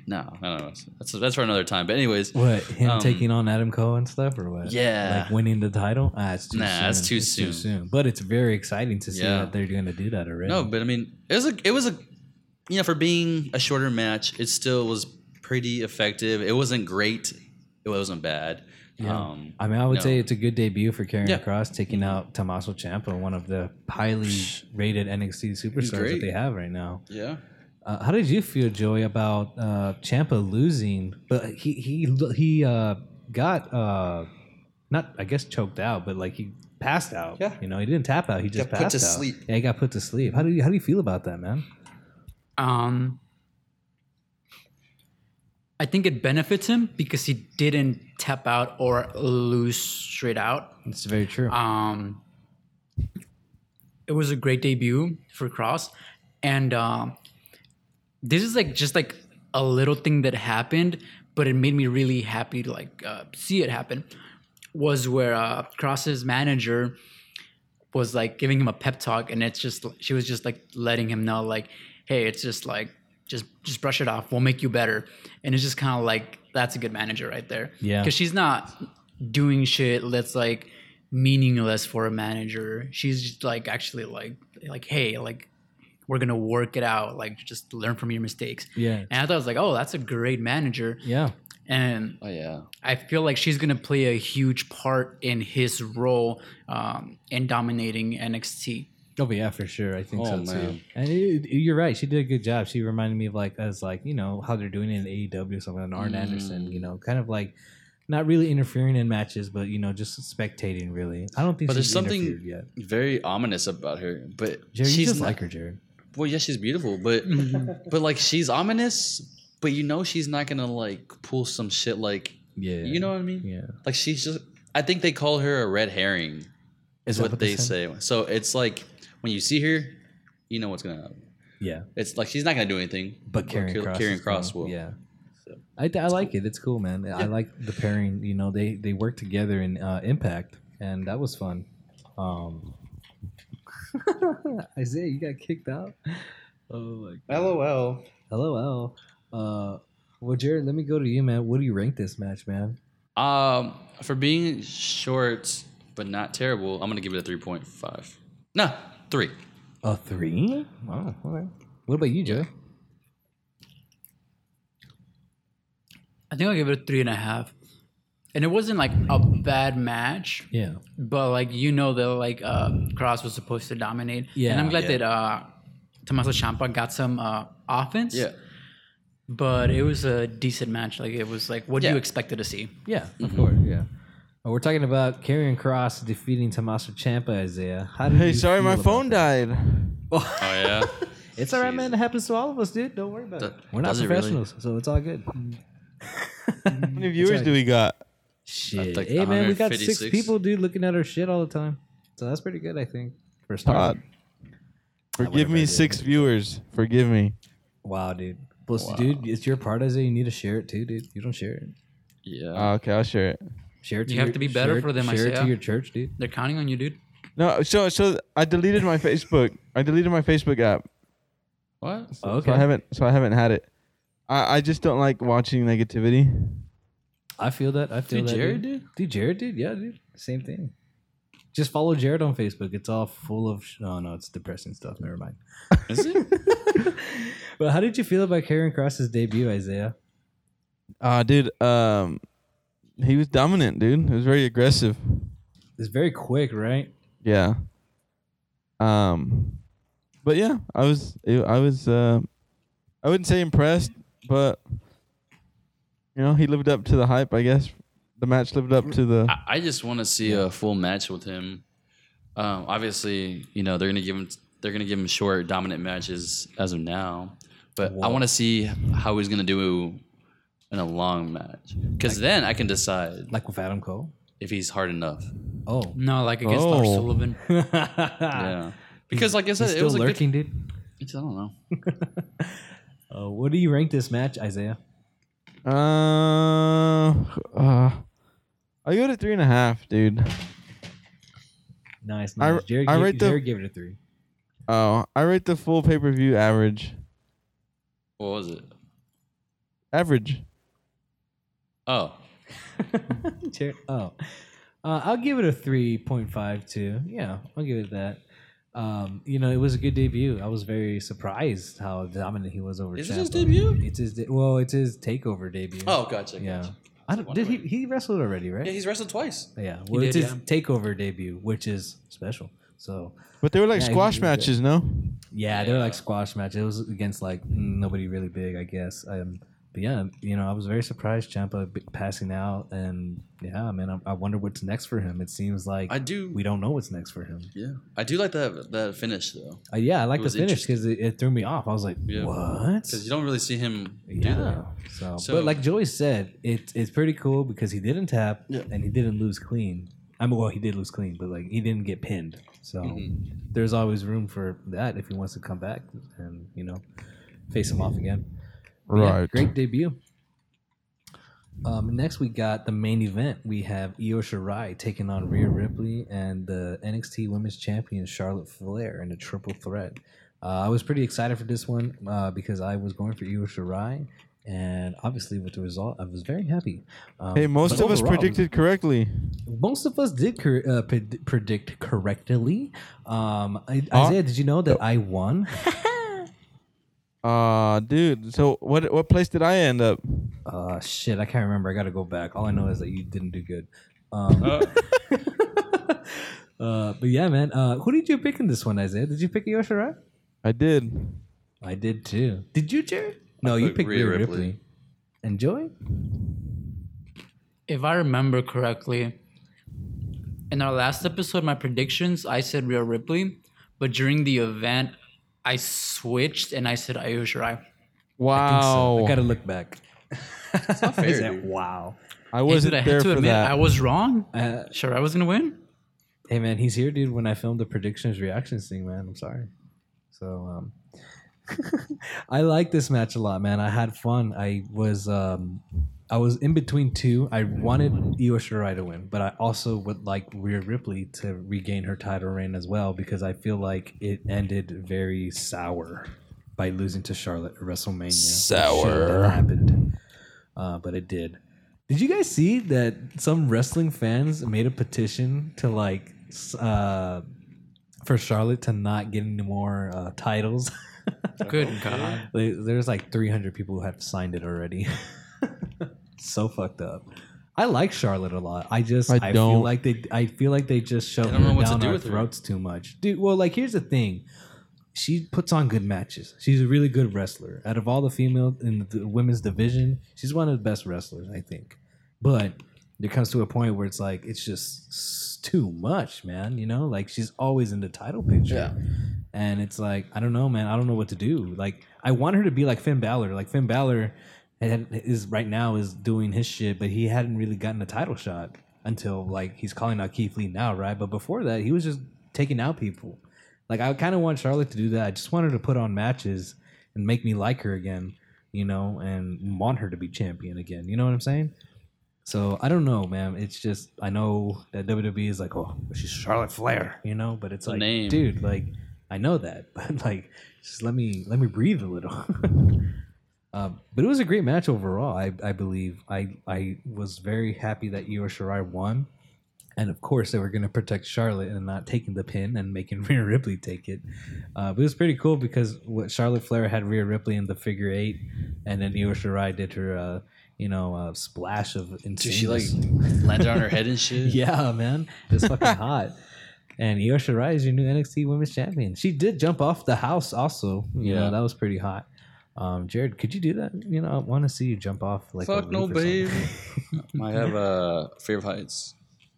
[SPEAKER 5] No, I don't know. That's that's for another time. But anyways,
[SPEAKER 4] what him
[SPEAKER 5] um,
[SPEAKER 4] taking on Adam Cole and stuff, or what?
[SPEAKER 5] Yeah.
[SPEAKER 4] like winning the title. Ah, it's too
[SPEAKER 5] Nah,
[SPEAKER 4] soon.
[SPEAKER 5] that's too
[SPEAKER 4] It's
[SPEAKER 5] soon.
[SPEAKER 4] But it's very exciting to see
[SPEAKER 5] Yeah.
[SPEAKER 4] that they're going to do that already.
[SPEAKER 5] No, but I mean, it was a, it was a, you know, for being a shorter match, it still was pretty effective. It wasn't great, it wasn't bad.
[SPEAKER 4] Yeah.
[SPEAKER 5] Um,
[SPEAKER 4] I mean, I would
[SPEAKER 5] no.
[SPEAKER 4] say it's a good debut for Karrion
[SPEAKER 5] Yeah.
[SPEAKER 4] Cross taking out Tommaso Ciampa, one of the highly rated NXT superstars that
[SPEAKER 5] great.
[SPEAKER 4] they have right now.
[SPEAKER 5] yeah.
[SPEAKER 4] Uh, how did you feel, Joey, about uh, Champa losing? But he he he uh, got uh, not I guess choked out, but like he passed out.
[SPEAKER 5] Yeah.
[SPEAKER 4] you know, he didn't tap out. He just
[SPEAKER 5] Got put
[SPEAKER 4] passed
[SPEAKER 5] to
[SPEAKER 4] out.
[SPEAKER 5] sleep.
[SPEAKER 4] Yeah, he got put to sleep. How do you how do you feel about that, man?
[SPEAKER 6] Um, I think it benefits him because he didn't tap out or lose straight out.
[SPEAKER 4] It's very true.
[SPEAKER 6] Um, it was a great debut for Cross, and um, this is like just like a little thing that happened, but it made me really happy to like uh, see it happen. Was where uh, Cross's manager was like giving him a pep talk, and it's just she was just like letting him know like, hey, it's just like just just brush it off. We'll make you better, and it's just kind of like that's a good manager right there.
[SPEAKER 4] Yeah.
[SPEAKER 6] because she's not doing shit that's like meaningless for a manager. She's just like actually like like hey like we're gonna work it out like just learn from your mistakes
[SPEAKER 4] Yeah.
[SPEAKER 6] and i thought i was like oh that's a great manager
[SPEAKER 4] yeah,
[SPEAKER 6] and
[SPEAKER 5] Oh yeah.
[SPEAKER 6] I feel like she's gonna play a huge part in his role um, in dominating NXT.
[SPEAKER 4] Oh but yeah, for sure. I think
[SPEAKER 5] Oh,
[SPEAKER 4] so too.
[SPEAKER 5] man.
[SPEAKER 4] And it, it- you're right. She did a good job. She reminded me of like as like you know how they're doing it in AEW or something. And Arn
[SPEAKER 5] Mm.
[SPEAKER 4] Anderson, you know, kind of like not really interfering in matches, but you know, just spectating. Really, I don't think.
[SPEAKER 5] But
[SPEAKER 4] she's
[SPEAKER 5] there's something
[SPEAKER 4] interfered yet.
[SPEAKER 5] very ominous about her. But
[SPEAKER 4] Jared, you
[SPEAKER 5] she's
[SPEAKER 4] just
[SPEAKER 5] not-
[SPEAKER 4] like her, Jared.
[SPEAKER 5] Well, yeah, she's beautiful, but but like she's ominous. But you know she's not gonna like pull some shit like
[SPEAKER 4] Yeah,
[SPEAKER 5] you know what I mean.
[SPEAKER 4] Yeah,
[SPEAKER 5] Like she's just. I think they call her a red herring. Is
[SPEAKER 4] that
[SPEAKER 5] what
[SPEAKER 4] what
[SPEAKER 5] they
[SPEAKER 4] they said?
[SPEAKER 5] say. So it's like when you see her, you know what's gonna happen.
[SPEAKER 4] yeah.
[SPEAKER 5] It's like she's not gonna do anything.
[SPEAKER 4] But Karen
[SPEAKER 5] Kar-
[SPEAKER 4] Cross,
[SPEAKER 5] Karrion
[SPEAKER 4] is
[SPEAKER 5] Kross
[SPEAKER 4] cool.
[SPEAKER 5] will.
[SPEAKER 4] Yeah. I, I like it. It's cool, man. I like the pairing. You know, they they work together in uh, Impact, and that was fun. Um, Isaiah, you got kicked out. Oh my god.
[SPEAKER 5] LOL.
[SPEAKER 4] LOL. Uh, well, Jared, let me go to you, man. What do you rank this match, man?
[SPEAKER 5] Um, for being short but not terrible, I'm gonna give it a three point five. No, three.
[SPEAKER 4] A three? Wow. Okay. What about you, Joe?
[SPEAKER 6] I think I'll give it a three and a half. And it wasn't like a bad match,
[SPEAKER 4] Yeah.
[SPEAKER 6] but like you know that like uh, Cross was supposed to dominate.
[SPEAKER 4] Yeah.
[SPEAKER 6] and I'm glad
[SPEAKER 5] Yeah.
[SPEAKER 6] that uh, Tommaso Ciampa got some uh, offense.
[SPEAKER 5] Yeah.
[SPEAKER 6] but it was a decent match. Like it was like what
[SPEAKER 5] Yeah.
[SPEAKER 6] you expected to see.
[SPEAKER 4] Yeah, of
[SPEAKER 6] Mm-hmm.
[SPEAKER 4] course. Yeah. Uh, We're talking about Karrion Cross defeating Tommaso Ciampa, Isaiah. How did
[SPEAKER 7] Hey,
[SPEAKER 4] you
[SPEAKER 7] sorry,
[SPEAKER 4] feel
[SPEAKER 7] my
[SPEAKER 4] about
[SPEAKER 7] phone died.
[SPEAKER 5] Oh yeah.
[SPEAKER 4] It's all right, man. It happens to all of us, dude. Don't worry about
[SPEAKER 5] Th-
[SPEAKER 4] it. We're not
[SPEAKER 5] does it really?
[SPEAKER 4] professionals, so it's all good.
[SPEAKER 6] Mm.
[SPEAKER 7] How many viewers do we got?
[SPEAKER 4] Shit.
[SPEAKER 5] like
[SPEAKER 4] hey, man, we got six
[SPEAKER 5] 156.
[SPEAKER 4] people, dude, looking at our shit all the time. So that's pretty good, I think. For a start.
[SPEAKER 7] Todd. Forgive me, six viewers. Forgive me.
[SPEAKER 4] Wow, dude. Plus, dude, it's your part, Isaiah. You need to share it too, dude. You don't share it.
[SPEAKER 5] Yeah.
[SPEAKER 7] Uh, okay, I'll share it.
[SPEAKER 4] Share it. To
[SPEAKER 6] You have
[SPEAKER 4] your-
[SPEAKER 6] to be better
[SPEAKER 4] share it-
[SPEAKER 6] for them,
[SPEAKER 4] Share it to
[SPEAKER 6] Isaiah.
[SPEAKER 4] your church, dude.
[SPEAKER 6] They're counting on you, dude.
[SPEAKER 7] No, so so I deleted my Facebook. I deleted my Facebook app.
[SPEAKER 5] what?
[SPEAKER 4] Okay.
[SPEAKER 7] So I haven't so I haven't had it. I, I just don't like watching negativity.
[SPEAKER 4] I feel that. I feel
[SPEAKER 5] Dude,
[SPEAKER 4] that.
[SPEAKER 5] Jared
[SPEAKER 4] dude.
[SPEAKER 5] did?
[SPEAKER 4] Dude, Jared did. Yeah, dude. Same thing. Just follow Jared on Facebook. It's all full of. Sh- oh, no, no, it's depressing stuff. Never mind.
[SPEAKER 5] Is it?
[SPEAKER 4] But how did you feel about Karen Cross's debut, Isaiah?
[SPEAKER 7] Ah, dude, um he was dominant, dude. He was very aggressive.
[SPEAKER 4] It's very quick, right?
[SPEAKER 7] Yeah. Um but yeah, I was I was uh I wouldn't say impressed, but you know, he lived up to the hype, I guess. The match lived up to the
[SPEAKER 5] I, I just want to see a full match with him. Um, obviously, you know they're gonna give him they're gonna give him short dominant matches as of now, but I want to see how he's gonna do in a long match because then I can decide
[SPEAKER 4] Like with Adam Cole.
[SPEAKER 5] if he's hard enough.
[SPEAKER 4] Oh,
[SPEAKER 6] No, like against Lars
[SPEAKER 7] Oh.
[SPEAKER 6] Sullivan.
[SPEAKER 5] Yeah, because like I
[SPEAKER 4] he's
[SPEAKER 5] said, it
[SPEAKER 4] still
[SPEAKER 5] was a good-
[SPEAKER 4] lurking, dude.
[SPEAKER 5] I don't know.
[SPEAKER 4] Uh, what do you rank this match, Isaiah?
[SPEAKER 7] Uh, uh I go to three and a half, dude.
[SPEAKER 4] Nice,
[SPEAKER 7] I-
[SPEAKER 4] nice. Jared,
[SPEAKER 7] I
[SPEAKER 4] gave,
[SPEAKER 7] rate the-
[SPEAKER 4] Jared gave it a three.
[SPEAKER 7] Oh, I rate the full pay per view average.
[SPEAKER 5] What was it?
[SPEAKER 7] Average.
[SPEAKER 5] Oh,
[SPEAKER 4] Jared, oh, uh, I'll give it a three point five two. Yeah, I'll give it that. Um, you know, it was a good debut. I was very surprised how dominant he was over.
[SPEAKER 5] Is it his
[SPEAKER 4] Ciampa.
[SPEAKER 5] debut?
[SPEAKER 4] It's his de- well, it's his takeover debut.
[SPEAKER 5] oh, gotcha.
[SPEAKER 4] yeah.
[SPEAKER 5] gotcha.
[SPEAKER 4] I don't, did he he wrestled already, right?
[SPEAKER 5] Yeah, he's wrestled twice.
[SPEAKER 4] Yeah, well, it's
[SPEAKER 6] did,
[SPEAKER 4] his takeover debut, which is special. So,
[SPEAKER 7] But they were like
[SPEAKER 4] Yeah, he
[SPEAKER 7] squash
[SPEAKER 4] did good.
[SPEAKER 7] matches, no?
[SPEAKER 4] yeah, they were like squash match. It was against like nobody really big, I guess. Um, but yeah, you know, I was very surprised Champa passing out, and yeah, man, I, I wonder what's next for him. It seems like
[SPEAKER 5] I do.
[SPEAKER 4] we don't know what's next for him.
[SPEAKER 5] yeah, I do like that that finish though
[SPEAKER 4] Uh, yeah, I like
[SPEAKER 5] It
[SPEAKER 4] the
[SPEAKER 5] was
[SPEAKER 4] finish because it, it threw me off. I was like,
[SPEAKER 5] Yeah.
[SPEAKER 4] what?
[SPEAKER 5] because you don't really see him do
[SPEAKER 4] Yeah.
[SPEAKER 5] that.
[SPEAKER 4] So,
[SPEAKER 5] So-
[SPEAKER 4] but like Joey said, it, it's pretty cool because he didn't tap and he didn't lose clean. I mean, well, he did lose clean, but like he didn't get pinned. So
[SPEAKER 5] Mm-hmm.
[SPEAKER 4] there's always room for that if he wants to come back and you know face him off again. But yeah,
[SPEAKER 7] Right.
[SPEAKER 4] great debut. Um, next, we got the main event. We have Io Shirai taking on Rhea Ripley and the NXT Women's Champion Charlotte Flair in a triple threat. Uh, I was pretty excited for this one uh, because I was going for Io Shirai, and obviously with the result, I was very happy. Um,
[SPEAKER 7] Hey, most
[SPEAKER 4] but
[SPEAKER 7] of us
[SPEAKER 4] overall,
[SPEAKER 7] predicted correctly.
[SPEAKER 4] Most of us did cor- uh, pred- predict correctly. Um, I,
[SPEAKER 7] Huh?
[SPEAKER 4] Isaiah, did you know that I won?
[SPEAKER 7] Ah, dude. So what? What place did I end up?
[SPEAKER 4] Uh, shit, I can't remember. I gotta go back. All I know is that you didn't do good. Um, uh. but yeah, man. Uh, who did you pick in this one, Isaiah? Did you pick Yoshira?
[SPEAKER 7] I did.
[SPEAKER 4] I did too. Did you, Jared? No, you
[SPEAKER 5] took
[SPEAKER 4] picked Rhea
[SPEAKER 5] Rhea
[SPEAKER 4] Ripley.
[SPEAKER 5] Ripley.
[SPEAKER 4] And Joey?
[SPEAKER 6] If I remember correctly, in our last episode, my predictions, I said Rhea Ripley, but during the event, I switched and I said Io Shirai.
[SPEAKER 7] Wow.
[SPEAKER 4] I gotta look back.
[SPEAKER 5] fair,
[SPEAKER 4] Is that-
[SPEAKER 5] dude.
[SPEAKER 4] wow.
[SPEAKER 7] I
[SPEAKER 6] Hey,
[SPEAKER 7] wasn't
[SPEAKER 6] dude, I
[SPEAKER 7] there
[SPEAKER 6] had
[SPEAKER 7] for
[SPEAKER 6] to admit
[SPEAKER 7] that.
[SPEAKER 6] I was wrong.
[SPEAKER 4] Uh,
[SPEAKER 6] Sure, I was gonna win.
[SPEAKER 4] hey, man, he's here, dude. When I filmed the predictions reactions thing, man, I'm sorry. So, um, I like this match a lot, man. I had fun. I was, um, I was in between two. I wanted Io Shirai to win, but I also would like Rhea Ripley to regain her title reign as well because I feel like it ended very sour by losing to Charlotte at WrestleMania. It shouldn't have
[SPEAKER 7] Sour.
[SPEAKER 4] happened, uh, but it did. Did you guys see that some wrestling fans made a petition to like s- uh, for Charlotte to not get any more uh, titles?
[SPEAKER 6] Good God.
[SPEAKER 4] They- There's like 300 people who have signed it already. so fucked up. I like Charlotte a lot. I just
[SPEAKER 7] I
[SPEAKER 4] I, feel
[SPEAKER 7] don't.
[SPEAKER 4] like they I feel like they just shove
[SPEAKER 5] don't know
[SPEAKER 4] her
[SPEAKER 5] what to
[SPEAKER 4] down
[SPEAKER 5] do
[SPEAKER 4] our
[SPEAKER 5] with her.
[SPEAKER 4] throats too much, dude. Well, like here's the thing. She puts on good matches. She's a really good wrestler. Out of all the female in the women's division, she's one of the best wrestlers, I think. But there comes to a point where it's like it's just s- too much, man. You know, like she's always in the title picture. And it's like, I don't know, man. I don't know what to do. Like, I want her to be like Finn Balor. Like Finn Balor had, is right now is doing his shit, but he hadn't really gotten a title shot until like he's calling out Keith Lee now, right? But before that, he was just taking out people. Like I kind of want Charlotte to do that. I just want her to put on matches and make me like her again, you know, and want her to be champion again. You know what I'm saying? So I don't know, man. It's just I know that WWE is like, oh, she's Charlotte Flair, you know, but it's like,
[SPEAKER 5] name.
[SPEAKER 4] dude, like I know that, but like, just let me let me breathe a little. um, but it was a great match overall. I I believe I I was very happy that Io Shirai won. And of course, they were going to protect Charlotte and not taking the pin and making Rhea Ripley take it. Uh, but it was pretty cool because what Charlotte Flair had Rhea Ripley in the figure eight, and then Io Shirai did her, uh, you know, uh, splash of insane.
[SPEAKER 5] Dude, she like landed on her head and shit.
[SPEAKER 4] yeah, man, it's fucking hot. And Io Shirai is your new NXT Women's Champion. She did jump off the house, also. You know,
[SPEAKER 5] Yeah.
[SPEAKER 4] that was pretty hot. Um, Jared, could you do that? You know, I want to see you jump off like a
[SPEAKER 5] Fuck no,
[SPEAKER 4] roof or something.
[SPEAKER 5] babe. I have a fear of heights.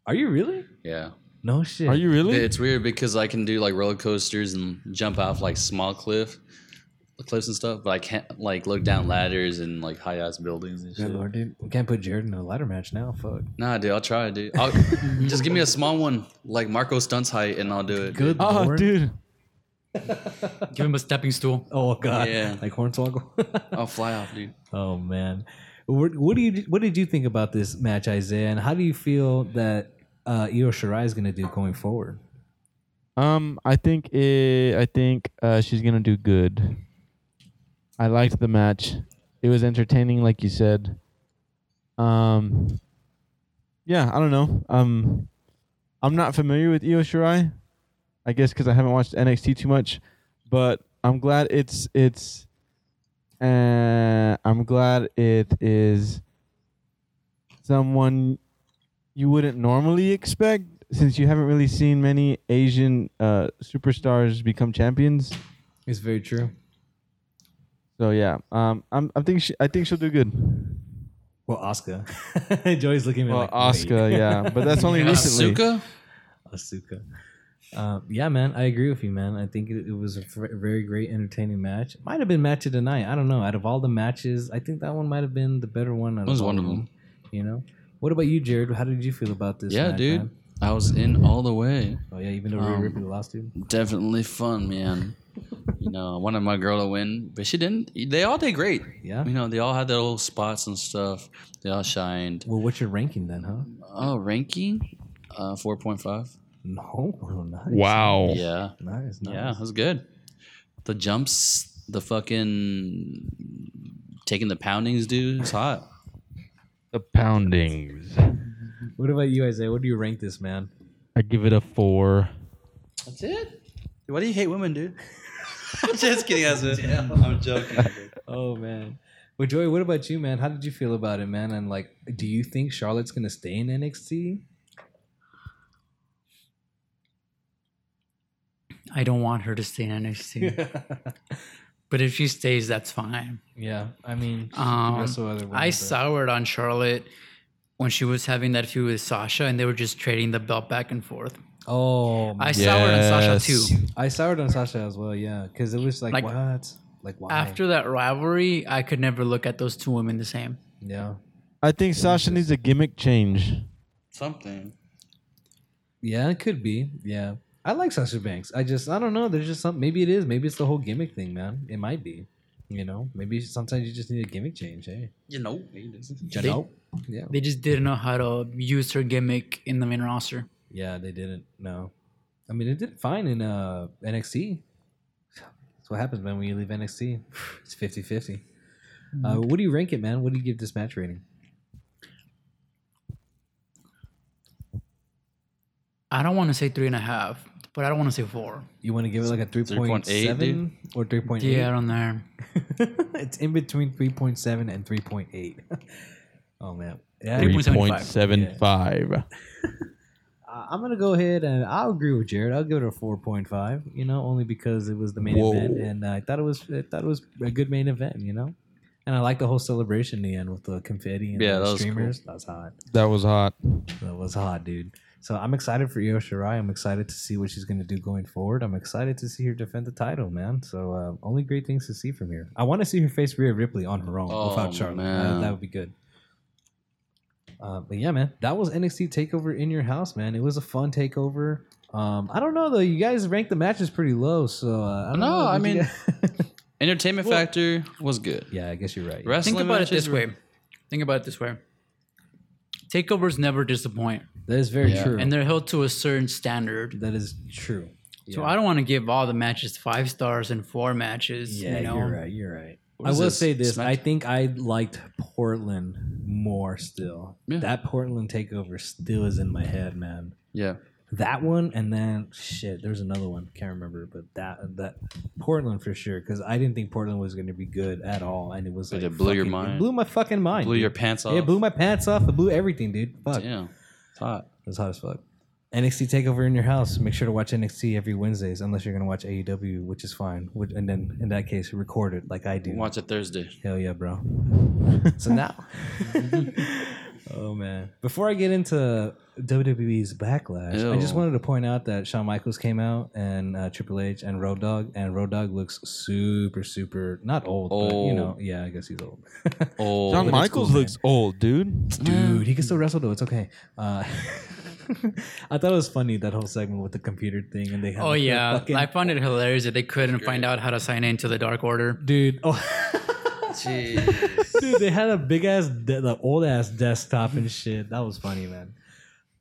[SPEAKER 4] Are you really?
[SPEAKER 5] Yeah.
[SPEAKER 4] No shit.
[SPEAKER 7] Are you really?
[SPEAKER 5] It's weird because I can do like roller coasters and jump off like small cliff cliffs and stuff, but I can't like look down ladders and like high ass buildings and shit.
[SPEAKER 4] Good lord, dude. We can't put Jared in a ladder match now. Fuck.
[SPEAKER 5] Nah, dude, I'll try, dude. I'll, just give me a small one, like Marco Stunt's height, and I'll do it.
[SPEAKER 4] Good
[SPEAKER 7] oh,
[SPEAKER 4] lord.
[SPEAKER 7] dude.
[SPEAKER 6] Give him a stepping stool.
[SPEAKER 4] Oh god.
[SPEAKER 5] Yeah.
[SPEAKER 4] Like Hornswoggle.
[SPEAKER 5] I'll fly off, dude.
[SPEAKER 4] oh man. What, what do you what did you think about this match, Isaiah? And how do you feel that uh, Io Shirai is going to do going forward?
[SPEAKER 7] Um, I think it, I think uh, she's gonna do good. I liked the match. It was entertaining, like you said. Um, yeah, I don't know. Um, I'm not familiar with Io Shirai. I guess because I haven't watched NXT too much, but I'm glad it's it's. Uh, I'm glad it is someone you wouldn't normally expect since you haven't really seen many Asian uh, superstars become champions.
[SPEAKER 4] It's very true.
[SPEAKER 7] So yeah, um, I'm, I think she, I think she'll do good.
[SPEAKER 4] Well, Oscar. Joey's looking at me
[SPEAKER 7] Well,
[SPEAKER 4] like wait.
[SPEAKER 7] Oscar, yeah, but that's only recently.
[SPEAKER 5] Asuka?
[SPEAKER 4] Asuka. Uh, yeah, man, I agree with you, man. I think it, it was a fr- very great, entertaining match. Might have been match of the night. I don't know. Out of all the matches, I think that one might have been the better one. That
[SPEAKER 5] was one of them.
[SPEAKER 4] You know. What about you, Jared? How did you feel about this?
[SPEAKER 5] Yeah,
[SPEAKER 4] match,
[SPEAKER 5] dude.
[SPEAKER 4] man?
[SPEAKER 5] I was in all the way.
[SPEAKER 4] Oh yeah, even though Rhea
[SPEAKER 5] Um,
[SPEAKER 4] Ripley lost, dude.
[SPEAKER 5] Definitely fun, man. you know, I wanted my girl to win, but she didn't. They all did great.
[SPEAKER 4] Yeah.
[SPEAKER 5] You know, they all had their little spots and stuff. They all shined.
[SPEAKER 4] Well, what's your ranking then, huh?
[SPEAKER 5] Oh, ranking? Uh, 4.5.
[SPEAKER 4] No, oh, nice.
[SPEAKER 7] Wow.
[SPEAKER 5] Yeah.
[SPEAKER 4] nice, nice.
[SPEAKER 5] Yeah, it was good. The jumps, the fucking taking the poundings, dude, it's hot.
[SPEAKER 7] The poundings.
[SPEAKER 4] What about you, Isaiah? What do you rank this man?
[SPEAKER 7] I give it a four.
[SPEAKER 5] That's it. Why do you hate women, dude? Just kidding, that's it. I'm joking.
[SPEAKER 4] Oh man. Well, Joey, what about you, man? How did you feel about it, man? And like, do you think Charlotte's gonna stay in NXT?
[SPEAKER 6] I don't want her to stay in NXT. but if she stays, that's fine.
[SPEAKER 4] Yeah, I mean, she
[SPEAKER 6] Um,
[SPEAKER 4] wrestle other women,
[SPEAKER 6] I
[SPEAKER 4] but-
[SPEAKER 6] soured on Charlotte when she was having that feud with Sasha and they were just trading the belt back and forth.
[SPEAKER 4] Oh, man.
[SPEAKER 6] I soured on Sasha
[SPEAKER 7] Yes.
[SPEAKER 6] too.
[SPEAKER 4] I soured on Sasha as well, yeah, because it was like,
[SPEAKER 6] Like-
[SPEAKER 4] what, like why?
[SPEAKER 6] After that rivalry, I could never look at those two women the same.
[SPEAKER 4] yeah,
[SPEAKER 7] I think Sasha needs a gimmick change.
[SPEAKER 5] Something.
[SPEAKER 4] yeah, it could be, yeah. I like Sasha Banks. I just, I don't know. There's just some. Maybe it is. Maybe it's the whole gimmick thing, man. It might be. You know, maybe sometimes you just need a gimmick change. Hey,
[SPEAKER 5] You know. hey, this is-
[SPEAKER 6] They-
[SPEAKER 4] yeah,
[SPEAKER 6] They just didn't know how to use her gimmick in the main roster.
[SPEAKER 4] yeah. They didn't. No, I mean, it did fine in uh NXT. That's what happens, man. When you leave NXT, it's 50-50. Uh, what do you rank it, man? What do you give this match rating?
[SPEAKER 6] I don't want to say three and a half, but I don't want to say four.
[SPEAKER 4] You want to give it like a
[SPEAKER 5] 3.8,
[SPEAKER 4] 3.7 or 3.8?
[SPEAKER 6] Yeah, on there.
[SPEAKER 4] it's in between 3.7 and 3.8. oh, man. Yeah,
[SPEAKER 7] 3.75.
[SPEAKER 4] I- I'm going to go ahead and I'll agree with Jared. I'll give it a 4.5, you know, only because it was the main
[SPEAKER 7] Whoa.
[SPEAKER 4] event and I thought it was I thought it was a good main event, you know? And I like the whole celebration in the end with the confetti and
[SPEAKER 5] Yeah,
[SPEAKER 4] the
[SPEAKER 5] that was
[SPEAKER 4] streamers. That was hot.
[SPEAKER 7] That was hot.
[SPEAKER 4] That was hot, dude. So I'm excited for Io Shirai. I'm excited to see what she's going to do going forward. I'm excited to see her defend the title, man. So uh, only great things to see from here. I want to see her face Rhea Ripley on her own
[SPEAKER 5] Oh,
[SPEAKER 4] without Charlotte.
[SPEAKER 5] man.
[SPEAKER 4] Uh, that would be good. Uh, but yeah, man, that was NXT Takeover in your house, man. It was a fun takeover. Um, I don't know though. You guys ranked the matches pretty low, so uh, I don't
[SPEAKER 5] No,
[SPEAKER 4] know.
[SPEAKER 5] I
[SPEAKER 4] Did you
[SPEAKER 5] mean-
[SPEAKER 4] guys-
[SPEAKER 5] Entertainment factor was good.
[SPEAKER 4] yeah, I guess you're right.
[SPEAKER 5] Wrestling
[SPEAKER 6] Think about it
[SPEAKER 5] matches
[SPEAKER 6] this
[SPEAKER 5] were-
[SPEAKER 6] way. Think about it this way. Takeovers never disappoint,
[SPEAKER 4] That is very true.
[SPEAKER 6] and they're held to a certain standard.
[SPEAKER 4] that is true.
[SPEAKER 6] So
[SPEAKER 4] Yeah.
[SPEAKER 6] I don't want to give all the matches five stars and four matches.
[SPEAKER 4] Yeah,
[SPEAKER 6] you know,
[SPEAKER 4] are right. You're right.
[SPEAKER 5] What
[SPEAKER 4] I
[SPEAKER 5] is
[SPEAKER 4] will
[SPEAKER 5] this,
[SPEAKER 4] say this: I
[SPEAKER 5] Smackdown?
[SPEAKER 4] think I liked Portland more. Still,
[SPEAKER 5] Yeah.
[SPEAKER 4] that Portland takeover still is in my head, man.
[SPEAKER 5] Yeah.
[SPEAKER 4] That one, and then shit, there's another one. Can't remember, but that that Portland for sure, because I didn't think Portland was going to be good at all, and it was
[SPEAKER 5] But
[SPEAKER 4] like
[SPEAKER 5] it blew your
[SPEAKER 4] fucking-
[SPEAKER 5] mind.
[SPEAKER 4] It blew my fucking mind.
[SPEAKER 5] Blew
[SPEAKER 4] dude.
[SPEAKER 5] your pants off.
[SPEAKER 4] Yeah, it blew my pants off. It blew everything, dude. Fuck.
[SPEAKER 5] Damn. It's hot.
[SPEAKER 4] It was hot as fuck. NXT Takeover in your house. Make sure to watch NXT every Wednesdays, unless you're gonna watch AEW, which is fine. Which, and then in that case, record it like I do.
[SPEAKER 5] Watch it Thursday.
[SPEAKER 4] Hell yeah, bro. so now, oh man. Before I get into WWE's backlash, I just
[SPEAKER 5] Ew.
[SPEAKER 4] wanted to point out that Shawn Michaels came out and uh, Triple H and Road Dogg, and Road Dogg looks super, super not old, but you know,
[SPEAKER 5] Old.
[SPEAKER 4] yeah, I guess he's old.
[SPEAKER 5] Oh,
[SPEAKER 7] John
[SPEAKER 4] it's
[SPEAKER 7] Michaels
[SPEAKER 4] cool, man.
[SPEAKER 7] looks old, dude.
[SPEAKER 4] Dude, he can still wrestle though. It's okay. Uh, I thought it was funny that whole segment with the computer thing, and they had
[SPEAKER 6] Oh
[SPEAKER 4] like, the
[SPEAKER 6] yeah,
[SPEAKER 4] fucking-
[SPEAKER 6] I found it hilarious that they couldn't find out how to sign into the Dark Order.
[SPEAKER 4] dude. Oh. Dude, they had a big ass, de- the old ass desktop and shit. That was funny, man.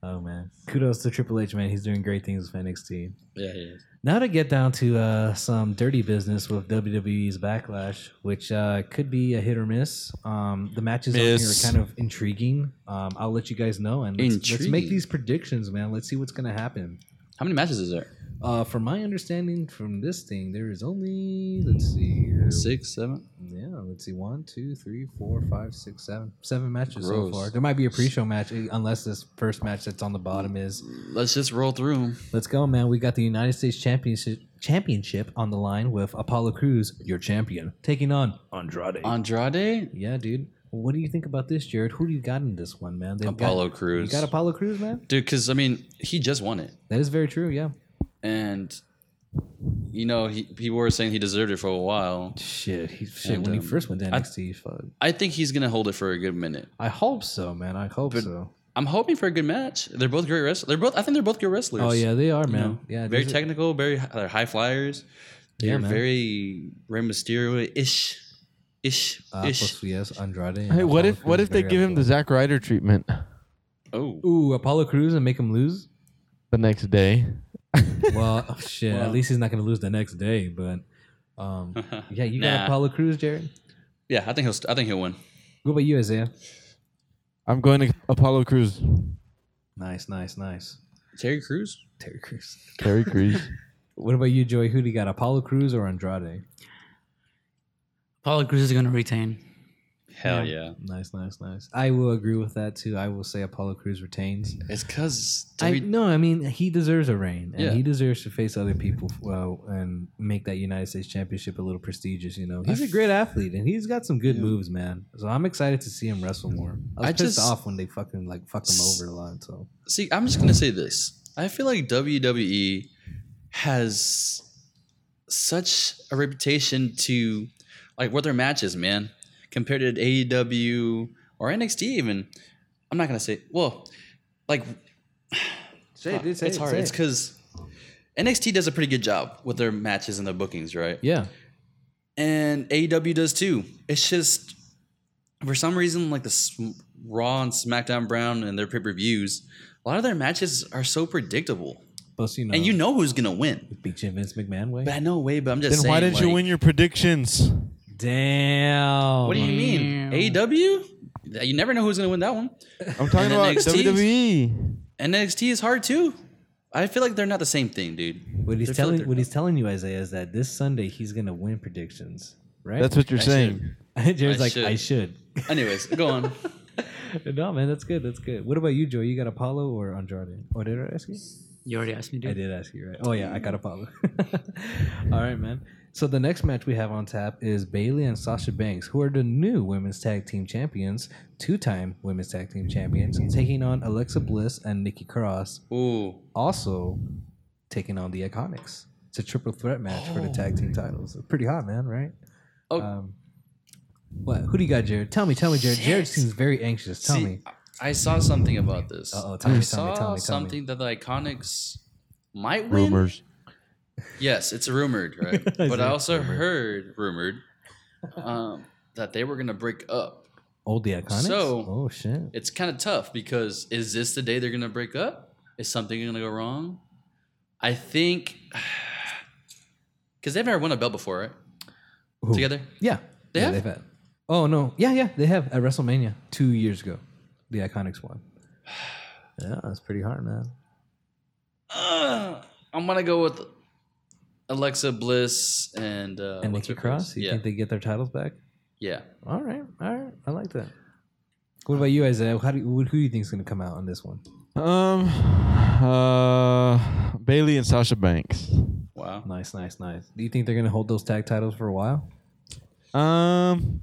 [SPEAKER 4] Oh man, kudos to Triple H, man. He's doing great things with NXT.
[SPEAKER 5] yeah, he is.
[SPEAKER 4] Now to get down to uh, some dirty business with WWE's Backlash, which uh, could be a hit or miss. Um, the matches on here
[SPEAKER 7] Miss.
[SPEAKER 4] are kind of intriguing. Um, I'll let you guys know, and let's, let's make
[SPEAKER 5] Intriguing.
[SPEAKER 4] these predictions, man. Let's see what's gonna happen.
[SPEAKER 5] How many matches is there?
[SPEAKER 4] Uh, from my understanding from this thing, there is only let's see here.
[SPEAKER 5] Six, seven?
[SPEAKER 4] Yeah, let's see. One, two, three, four, five, six, seven. Seven matches
[SPEAKER 5] Gross.
[SPEAKER 4] so far. There might be a pre-show match, eh, unless this first match that's on the bottom is.
[SPEAKER 5] Let's just roll through 'em.
[SPEAKER 4] Let's go, man. We got the United States Championship championship on the line with Apollo Cruz, your champion, taking on Andrade.
[SPEAKER 5] Andrade?
[SPEAKER 4] yeah, dude. What do you think about this, Jared? Who do you got in this one, man? They've got-
[SPEAKER 5] Apollo
[SPEAKER 4] You
[SPEAKER 5] Cruz.
[SPEAKER 4] got Apollo Cruz, man.
[SPEAKER 5] Dude, because, I mean, he just won it.
[SPEAKER 4] That is very true. Yeah.
[SPEAKER 5] And, you know, he, people were saying he deserved it for a while.
[SPEAKER 4] Shit. He, shit.
[SPEAKER 5] And,
[SPEAKER 4] when he
[SPEAKER 5] um,
[SPEAKER 4] first went to
[SPEAKER 5] I-
[SPEAKER 4] NXT, fuck.
[SPEAKER 5] I think he's going to hold it for a good minute.
[SPEAKER 4] I hope so, man. I hope so.
[SPEAKER 5] I'm hoping for a good match. They're both great wrestlers. They're both. I think they're both good wrestlers.
[SPEAKER 4] Oh yeah, they are,
[SPEAKER 5] You
[SPEAKER 4] man.
[SPEAKER 5] know,
[SPEAKER 4] yeah.
[SPEAKER 5] very
[SPEAKER 4] these are-
[SPEAKER 5] technical. Very hi- they're high flyers.
[SPEAKER 4] Yeah,
[SPEAKER 5] They're
[SPEAKER 4] man.
[SPEAKER 5] very Rey Mysterio ish, ish,
[SPEAKER 4] Ah,
[SPEAKER 5] ish.
[SPEAKER 4] pues, yes, Andrade. and
[SPEAKER 7] Hey, what
[SPEAKER 4] Apollo
[SPEAKER 7] if what
[SPEAKER 4] Crews
[SPEAKER 7] if they
[SPEAKER 4] very
[SPEAKER 7] give him the
[SPEAKER 4] athletic.
[SPEAKER 7] Zack Ryder treatment
[SPEAKER 5] Oh,
[SPEAKER 4] Ooh, Apollo Cruz and make him lose?
[SPEAKER 7] the next day?
[SPEAKER 4] Well, oh, shit. At least he's not going to lose the next day. But um, yeah, you got
[SPEAKER 5] Nah.
[SPEAKER 4] Apollo Cruz, Jared.
[SPEAKER 5] yeah. I think he'll. St- I think he'll win.
[SPEAKER 4] What about you, Isaiah?
[SPEAKER 7] I'm going to Apollo Cruz.
[SPEAKER 4] Nice, nice, nice.
[SPEAKER 5] Terry Crews.
[SPEAKER 4] Terry Cruz.
[SPEAKER 7] Terry Crews.
[SPEAKER 4] What about you, Joey? Who do you got? Apollo Cruz or Andrade?
[SPEAKER 6] Apollo Cruz is going to retain.
[SPEAKER 5] Hell yeah.
[SPEAKER 4] Nice, nice, nice. I will agree with that too. I will say Apollo Cruz retains.
[SPEAKER 5] It's because
[SPEAKER 4] I, no, I mean he deserves a reign, and
[SPEAKER 5] Yeah.
[SPEAKER 4] he deserves to face other people well, and make that United States Championship a little prestigious. You know, he's a great athlete, and he's got some good moves, man. So I'm excited to see him wrestle more. I was
[SPEAKER 5] I
[SPEAKER 4] pissed
[SPEAKER 5] just-
[SPEAKER 4] off when they fucking like fuck him over a lot. So
[SPEAKER 5] see. I'm just gonna say this. I feel like WWE has such a reputation to like what their matches, man, compared to AEW or NXT. Even I'm not gonna say well, like
[SPEAKER 4] say it, dude,
[SPEAKER 5] it's hard. It's because NXT does a pretty good job with their matches and their bookings, right?
[SPEAKER 4] yeah,
[SPEAKER 5] and AEW does too. It's just for some reason, like the Sm- Raw and SmackDown Brown and their pay per views, a lot of their matches are so predictable,
[SPEAKER 4] plus you know,
[SPEAKER 5] and you know who's gonna win.
[SPEAKER 4] beat you in Vince McMahon way.
[SPEAKER 5] But no way. But I'm just
[SPEAKER 7] Then
[SPEAKER 5] saying.
[SPEAKER 7] why didn't you
[SPEAKER 5] like,
[SPEAKER 7] win your predictions?
[SPEAKER 4] Damn.
[SPEAKER 5] What do you mean? AEW? You never know who's gonna win that one.
[SPEAKER 7] I'm talking
[SPEAKER 5] And
[SPEAKER 7] about E.
[SPEAKER 5] NXT 's-
[SPEAKER 7] WWE.
[SPEAKER 5] NXT is hard too. I feel like they're not the same thing, dude.
[SPEAKER 4] What he's
[SPEAKER 5] They're
[SPEAKER 4] telling
[SPEAKER 5] filtered.
[SPEAKER 4] what he's telling you, Isaiah, is that this Sunday he's gonna win predictions, right?
[SPEAKER 7] That's what you're
[SPEAKER 5] I
[SPEAKER 7] saying.
[SPEAKER 5] should.
[SPEAKER 4] Jared's
[SPEAKER 5] I
[SPEAKER 4] like, I should.
[SPEAKER 5] Anyways, go on.
[SPEAKER 4] no, man, that's good. That's good. What about you, Joy? You got Apollo or Andrade? Or did I ask you?
[SPEAKER 6] You already asked me, dude.
[SPEAKER 4] I did ask you, right? Oh yeah, I got Apollo. All right, man. So the next match we have on tap is Bailey and Sasha Banks, who are the new women's tag team champions, two-time women's tag team champions, taking on Alexa Bliss and Nikki Cross,
[SPEAKER 5] Ooh,
[SPEAKER 4] also taking on the Iconics. It's a triple threat match for the tag team titles. Pretty hot, man, right?
[SPEAKER 5] Oh.
[SPEAKER 4] Um, what? Who do you got, Jared? Tell me, tell me, Jared. Jared seems very anxious. Tell
[SPEAKER 5] See,
[SPEAKER 4] me.
[SPEAKER 5] I saw something about this.
[SPEAKER 4] Uh-oh, tell me,
[SPEAKER 5] I
[SPEAKER 4] tell me,
[SPEAKER 5] saw
[SPEAKER 4] tell me, tell me.
[SPEAKER 5] something that the Iconics might win.
[SPEAKER 7] Rumors.
[SPEAKER 5] Yes, it's rumored, right?
[SPEAKER 4] I
[SPEAKER 5] but I
[SPEAKER 4] see.
[SPEAKER 5] also heard rumored um, that they were going to break up.
[SPEAKER 4] Old the Iconics.
[SPEAKER 5] So-
[SPEAKER 4] oh shit.
[SPEAKER 5] It's kind of tough because is this the day they're going to break up? Is something going to go wrong? I think because they've never won a belt before, right?
[SPEAKER 4] Who?
[SPEAKER 5] Together,
[SPEAKER 4] Yeah.
[SPEAKER 5] They
[SPEAKER 4] yeah,
[SPEAKER 5] have?
[SPEAKER 4] They've had. Oh no. Yeah, yeah, they have at WrestleMania two years ago. The Iconics won. Yeah, that's pretty hard, man.
[SPEAKER 5] uh, I'm going to go with Alexa Bliss and uh,
[SPEAKER 4] And
[SPEAKER 5] what's
[SPEAKER 4] Nikki
[SPEAKER 5] her face?
[SPEAKER 4] Cross. You
[SPEAKER 5] Yeah,
[SPEAKER 4] think they get their titles back?
[SPEAKER 5] yeah.
[SPEAKER 4] All right, all right. I like that.
[SPEAKER 5] Uh,
[SPEAKER 4] What about you, Isaiah? How do you, who do you think is going to come out on this one?
[SPEAKER 7] Um, uh, Bailey and Sasha Banks.
[SPEAKER 5] Wow.
[SPEAKER 4] Nice, nice, nice. Do you think they're going to hold those tag titles for a while?
[SPEAKER 7] Um,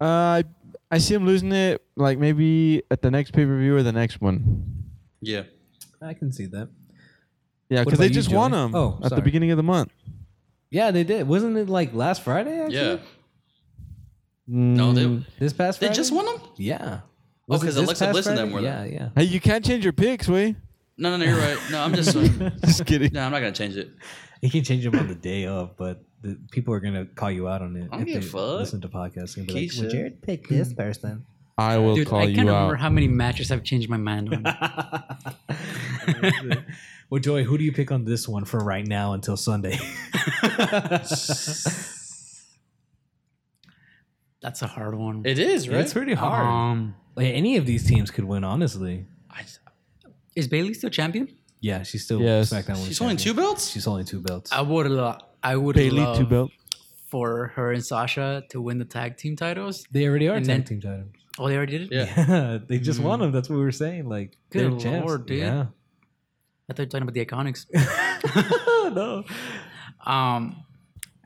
[SPEAKER 7] uh, I I see him losing it like maybe at the next pay per view or the next one.
[SPEAKER 5] Yeah.
[SPEAKER 4] I can see that.
[SPEAKER 7] Yeah,
[SPEAKER 4] What
[SPEAKER 7] because they
[SPEAKER 4] about you,
[SPEAKER 7] just won
[SPEAKER 4] Joey?
[SPEAKER 7] them
[SPEAKER 4] Oh,
[SPEAKER 7] at
[SPEAKER 4] sorry.
[SPEAKER 7] the beginning of the month.
[SPEAKER 4] Yeah, they did. Wasn't it like last Friday? Actually?
[SPEAKER 5] Yeah.
[SPEAKER 7] No,
[SPEAKER 5] they-
[SPEAKER 4] This past
[SPEAKER 5] They
[SPEAKER 4] Friday?
[SPEAKER 5] just won them?
[SPEAKER 4] Yeah.
[SPEAKER 5] Oh, 'cause
[SPEAKER 4] it this
[SPEAKER 5] Alexa
[SPEAKER 4] past
[SPEAKER 5] Bliss and
[SPEAKER 4] Friday?
[SPEAKER 5] them were
[SPEAKER 4] Yeah,
[SPEAKER 5] there.
[SPEAKER 4] yeah.
[SPEAKER 7] Hey, you can't change your picks, way.
[SPEAKER 5] No, no, no, you're right. No, I'm just. no,
[SPEAKER 7] Just kidding.
[SPEAKER 5] I'm not going to change it.
[SPEAKER 4] You can change them on the day of, but the people are gonna call you out on it
[SPEAKER 5] I don't
[SPEAKER 4] if
[SPEAKER 5] give
[SPEAKER 4] they
[SPEAKER 5] a fuck.
[SPEAKER 4] listen to podcasts and be like,
[SPEAKER 5] Keisha.
[SPEAKER 4] "Well, Jared picked this person."
[SPEAKER 7] I will
[SPEAKER 6] Dude,
[SPEAKER 7] call
[SPEAKER 6] I can't
[SPEAKER 7] you
[SPEAKER 6] remember
[SPEAKER 7] out.
[SPEAKER 6] how many matches I've changed my mind on.
[SPEAKER 4] Well, Joy, who do you pick on this one for right now until Sunday?
[SPEAKER 6] That's a hard one.
[SPEAKER 5] It is, right?
[SPEAKER 4] It's pretty hard.
[SPEAKER 5] Uh-huh.
[SPEAKER 6] Um,
[SPEAKER 4] Like, any of these teams could win, honestly.
[SPEAKER 5] I-
[SPEAKER 6] is Bailey still champion?
[SPEAKER 4] Yeah, she's still
[SPEAKER 7] Yes.
[SPEAKER 4] SmackDown Women's
[SPEAKER 5] she's only two
[SPEAKER 4] Champion.
[SPEAKER 5] belts?
[SPEAKER 4] She's only two belts.
[SPEAKER 6] I would lo- I would
[SPEAKER 7] Bailey
[SPEAKER 6] love
[SPEAKER 7] two belt.
[SPEAKER 6] for her and Sasha to win the tag team titles.
[SPEAKER 4] they already are
[SPEAKER 6] and
[SPEAKER 4] tag
[SPEAKER 6] then-
[SPEAKER 4] team titles.
[SPEAKER 6] Oh, they already did it.
[SPEAKER 5] Yeah. Mm-hmm.
[SPEAKER 4] Yeah, they just won them. That's what we were saying. Like,
[SPEAKER 6] Good
[SPEAKER 4] they're champs.
[SPEAKER 6] lord, dude.
[SPEAKER 4] Yeah.
[SPEAKER 6] I thought you were talking about the Iconics.
[SPEAKER 4] no.
[SPEAKER 6] Um,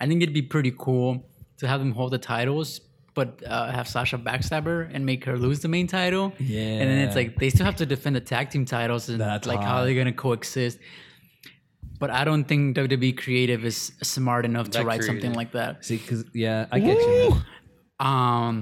[SPEAKER 6] I think it'd be pretty cool to have them hold the titles, but uh, have Sasha backstab her and make her lose the main title. And then
[SPEAKER 4] Yeah.
[SPEAKER 6] it's like they still have to defend the tag team titles and
[SPEAKER 4] That's
[SPEAKER 6] like
[SPEAKER 4] hot.
[SPEAKER 6] how they're gonna coexist. But I don't think WWE creative is smart enough to
[SPEAKER 5] That
[SPEAKER 6] write something
[SPEAKER 5] creative.
[SPEAKER 6] like that.
[SPEAKER 4] See, because yeah, I get you. man.
[SPEAKER 6] Um,